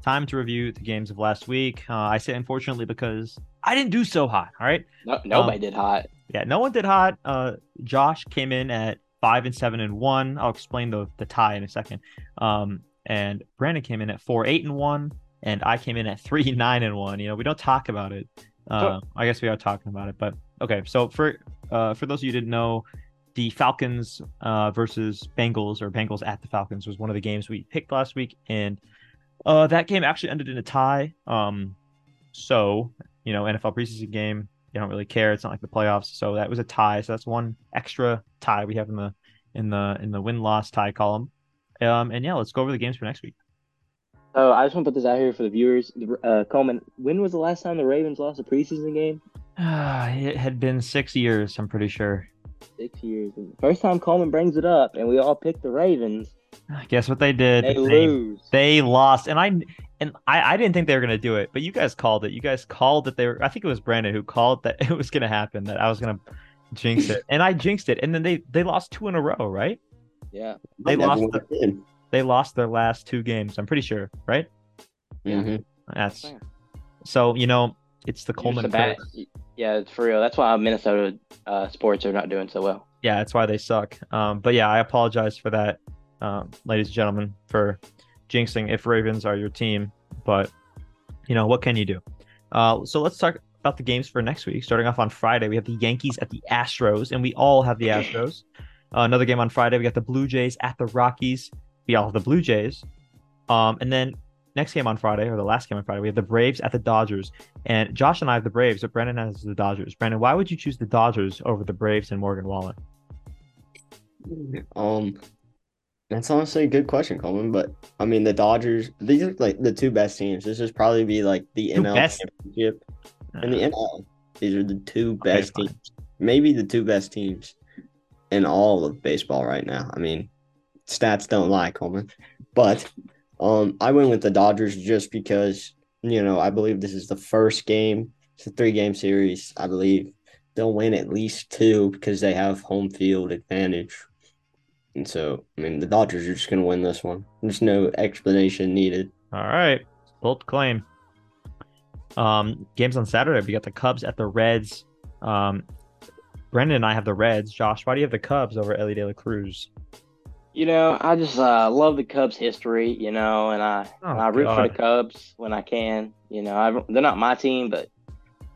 Speaker 2: Time to review the games of last week. Uh, I say unfortunately because I didn't do so hot. All right.
Speaker 3: No, nobody did hot.
Speaker 2: Yeah, no one did hot. Uh, Josh came in at five and seven and one. I'll explain the the tie in a second. Um, and Brandon came in at four eight and one, and I came in at three nine and one. You know, we don't talk about it. Uh, I guess we are talking about it, but okay. So for uh, for those of you who didn't know, the Falcons uh, versus Bengals or Bengals at the Falcons was one of the games we picked last week, and uh, that game actually ended in a tie. Um, so you know, NFL preseason game you don't really care. It's not like the playoffs. So that was a tie. So that's one extra tie we have in the in the in the win loss tie column. Um, and yeah, let's go over the games for next week.
Speaker 3: So I just want to put this out here for the viewers. Uh, Coleman, when was the last time the Ravens lost a preseason game?
Speaker 2: it had been six years, I'm pretty sure.
Speaker 3: Six years. And the first time Coleman brings it up, and we all pick the Ravens.
Speaker 2: Guess what they did?
Speaker 3: They lose.
Speaker 2: They lost, and I and I, I didn't think they were gonna do it, but you guys called it. You guys called that they were. I think it was Brandon who called that it was gonna happen. That I was gonna jinx it, and I jinxed it. And then they they lost two in a row, right?
Speaker 3: yeah.
Speaker 2: They lost
Speaker 4: Everyone did.
Speaker 2: They lost their last two games. I'm pretty sure, right?
Speaker 3: Yeah.
Speaker 2: Mm-hmm.
Speaker 4: Mhm.
Speaker 2: That's
Speaker 3: You're
Speaker 2: So you know, it's the
Speaker 3: just a
Speaker 2: Coleman
Speaker 3: bad-
Speaker 2: curse.
Speaker 3: Yeah, it's for real. That's why Minnesota uh, sports are not doing so well.
Speaker 2: Yeah, that's why they suck. Um, but yeah, I apologize for that, um, ladies and gentlemen, for jinxing if Ravens are your team. But you know, what can you do? Uh, so let's talk about the games for next week. Starting off on Friday, we have the Yankees at the Astros, and we all have the Astros. Uh, another game on Friday, we got the Blue Jays at the Rockies. We all have the Blue Jays. Um, and then next game on Friday, or the last game on Friday, we have the Braves at the Dodgers. And Josh and I have the Braves, but Brandon has the Dodgers. Brandon, why would you choose the Dodgers over the Braves and Morgan Wallen?
Speaker 4: Um, that's honestly a good question, Coleman. But I mean, the Dodgers. These are like the two best teams. This is probably be like the
Speaker 2: Two
Speaker 4: NL
Speaker 2: best?
Speaker 4: championship and the NL. These are the two
Speaker 2: Uh-huh. Okay,
Speaker 4: best
Speaker 2: fine.
Speaker 4: teams. Maybe the two best teams in all of baseball right now. I mean, stats don't lie, Coleman. But um, I went with the Dodgers just because you know I believe this is the first game. It's a three-game series, I believe. They'll win at least two because they have home field advantage. And so, I mean, the Dodgers are just going to win this one. There's no explanation needed.
Speaker 2: All right, bold claim. Um, games on Saturday, we got the Cubs at the Reds. Um, Brendan and I have the Reds. Josh, why do you have the Cubs over Ellie De La Cruz?
Speaker 3: You know, I just uh, love the Cubs history, you know, and I
Speaker 2: Oh,
Speaker 3: I Ah, root for the
Speaker 2: God.
Speaker 3: Cubs when I can. You know, I, they're not my team, but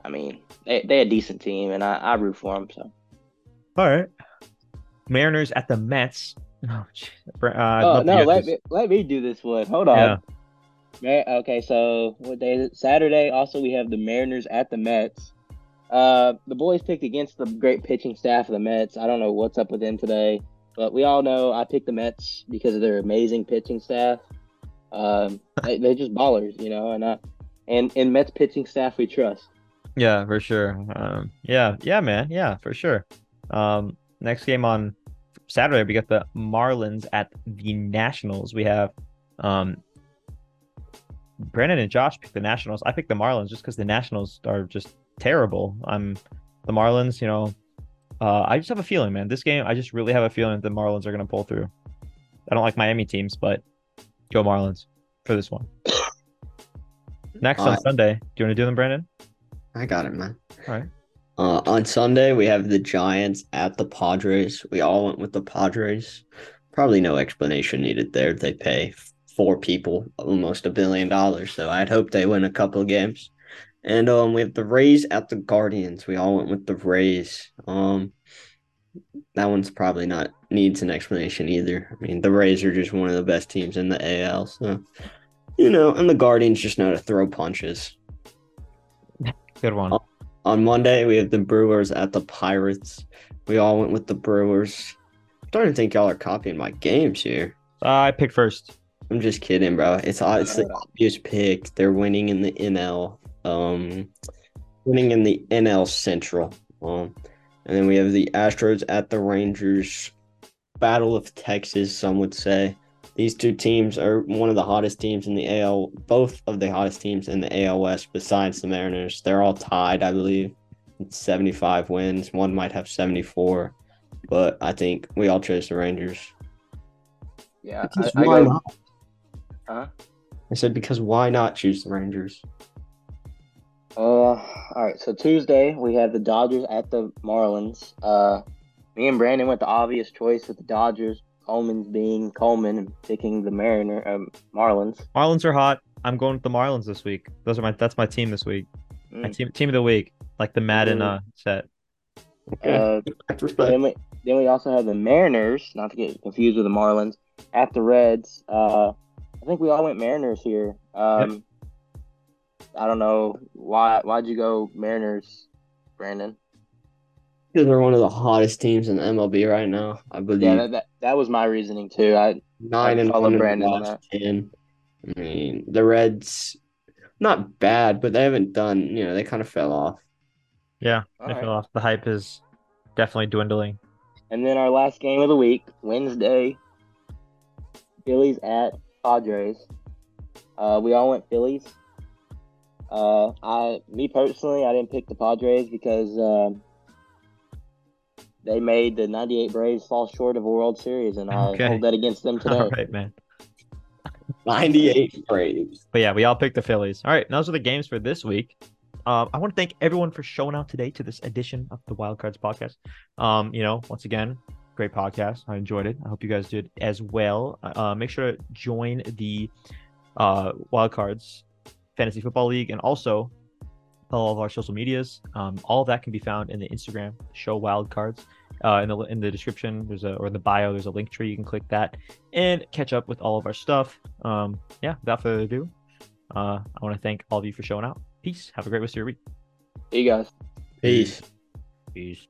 Speaker 3: I mean, they they a decent team, and I, I root for them. So
Speaker 2: All right. Mariners at the Mets. Oh, jeez. Br- uh, I'd
Speaker 3: oh
Speaker 2: love to
Speaker 3: no,
Speaker 2: get
Speaker 3: let
Speaker 2: this-
Speaker 3: me let me do this one. Hold on.
Speaker 2: Yeah.
Speaker 3: Ma- okay, so what day is it? Saturday. Also, we have the Mariners at the Mets. Uh, the boys picked against the great pitching staff of the Mets. I don't know what's up with them today, but we all know I picked the Mets because of their amazing pitching staff. Um, they, they're just ballers, you know, and I, and and Mets pitching staff we trust.
Speaker 2: Yeah, for sure. Um, yeah, yeah, man. Yeah, for sure. Um, next game on Saturday, we got the Marlins at the Nationals. We have um, Brandon and Josh picked the Nationals. I picked the Marlins just because the Nationals are just terrible. I'm the Marlins, you know. Uh, I just have a feeling, man. This game, I just really have a feeling that the Marlins are going to pull through. I don't like Miami teams, but go Marlins for this one. Next on
Speaker 4: Alright.
Speaker 2: Sunday, do you want to do them, Brandon?
Speaker 4: I got it, man.
Speaker 2: All right.
Speaker 4: Uh, on Sunday, we have the Giants at the Padres. We all went with the Padres. Probably no explanation needed there. They pay four people almost a billion dollars, so I'd hope they win a couple of games. And um, we have the Rays at the Guardians. We all went with the Rays. Um, that one's probably not needs an explanation either. I mean, the Rays are just one of the best teams in the AL, so you know. And the Guardians just know to throw punches.
Speaker 2: Good one.
Speaker 4: On Monday, we have the Brewers at the Pirates. We all went with the Brewers. I don't even think y'all are copying my games here.
Speaker 2: Uh, I picked first.
Speaker 4: I'm just kidding, bro. It's o- it's the obvious pick. They're winning in the NL, um, winning in the NL Central. Um, and then we have the Astros at the Rangers. Battle of Texas, some would say. These two teams are one of the hottest teams in the AL. Both of the hottest teams in the AL West, besides the Mariners. They're all tied, I believe, with 75 wins. One might have 74, but I think we all chose the Rangers.
Speaker 3: Yeah,
Speaker 4: Because why not?
Speaker 3: Huh?
Speaker 4: I said because why not choose the Rangers?
Speaker 3: Uh, all right. So Tuesday we have the Dodgers at the Marlins. Uh, me and Brandon went the obvious choice with the Dodgers. Coleman's being Coleman and picking the Mariner um, Marlins.
Speaker 2: Marlins are hot. I'm going with the Marlins this week. Those are my that's my team this week. My
Speaker 3: Mm.
Speaker 2: team team of the week, like the Madden
Speaker 4: Mm.
Speaker 2: uh, set.
Speaker 3: Uh, then
Speaker 4: Respect, respect.
Speaker 3: we then we also have the Mariners. Not to get confused with the Marlins at the Reds. Uh, I think we all went Mariners here. Um, I don't know why. Why'd you go Mariners, Brandon?
Speaker 4: Because they're one of the hottest teams in MLB right now. I believe
Speaker 3: Yeah, that, that, that was my reasoning too. I
Speaker 4: nine
Speaker 3: I
Speaker 4: and
Speaker 3: follow
Speaker 4: one in the
Speaker 3: Brandon on
Speaker 4: last ten. I mean, the Reds, not bad, but they haven't done. You know, they kind of fell off.
Speaker 2: Yeah,
Speaker 3: all
Speaker 2: I
Speaker 3: right.
Speaker 2: feel off. The hype is definitely dwindling.
Speaker 3: And then our last game of the week, Wednesday, Phillies at Padres. Uh, we all went Phillies. Uh, I, me personally, I didn't pick the Padres because um, they made the '98 Braves fall short of a World Series, and I
Speaker 2: Okay.
Speaker 3: hold that against them today.
Speaker 2: All right, man.
Speaker 4: Ninety-eight Braves.
Speaker 2: But yeah, we all picked the Phillies. All right, those are the games for this week. Um, I want to thank everyone for showing out today to this edition of the Wild Cards podcast. Um, you know, once again, great podcast. I enjoyed it. I hope you guys did as well. Uh, make sure to join the uh, Wild Cards Fantasy Football League and also all of our social medias. Um, all of that can be found in the Instagram show Wild Cards. Uh, in the in the description, there's a or in the bio, there's a link tree. You can click that and catch up with all of our stuff. Um, yeah, without further ado, uh, I want to thank all of you for showing out. Peace. Have a great rest of your week.
Speaker 3: See you guys.
Speaker 4: Peace.
Speaker 2: Peace.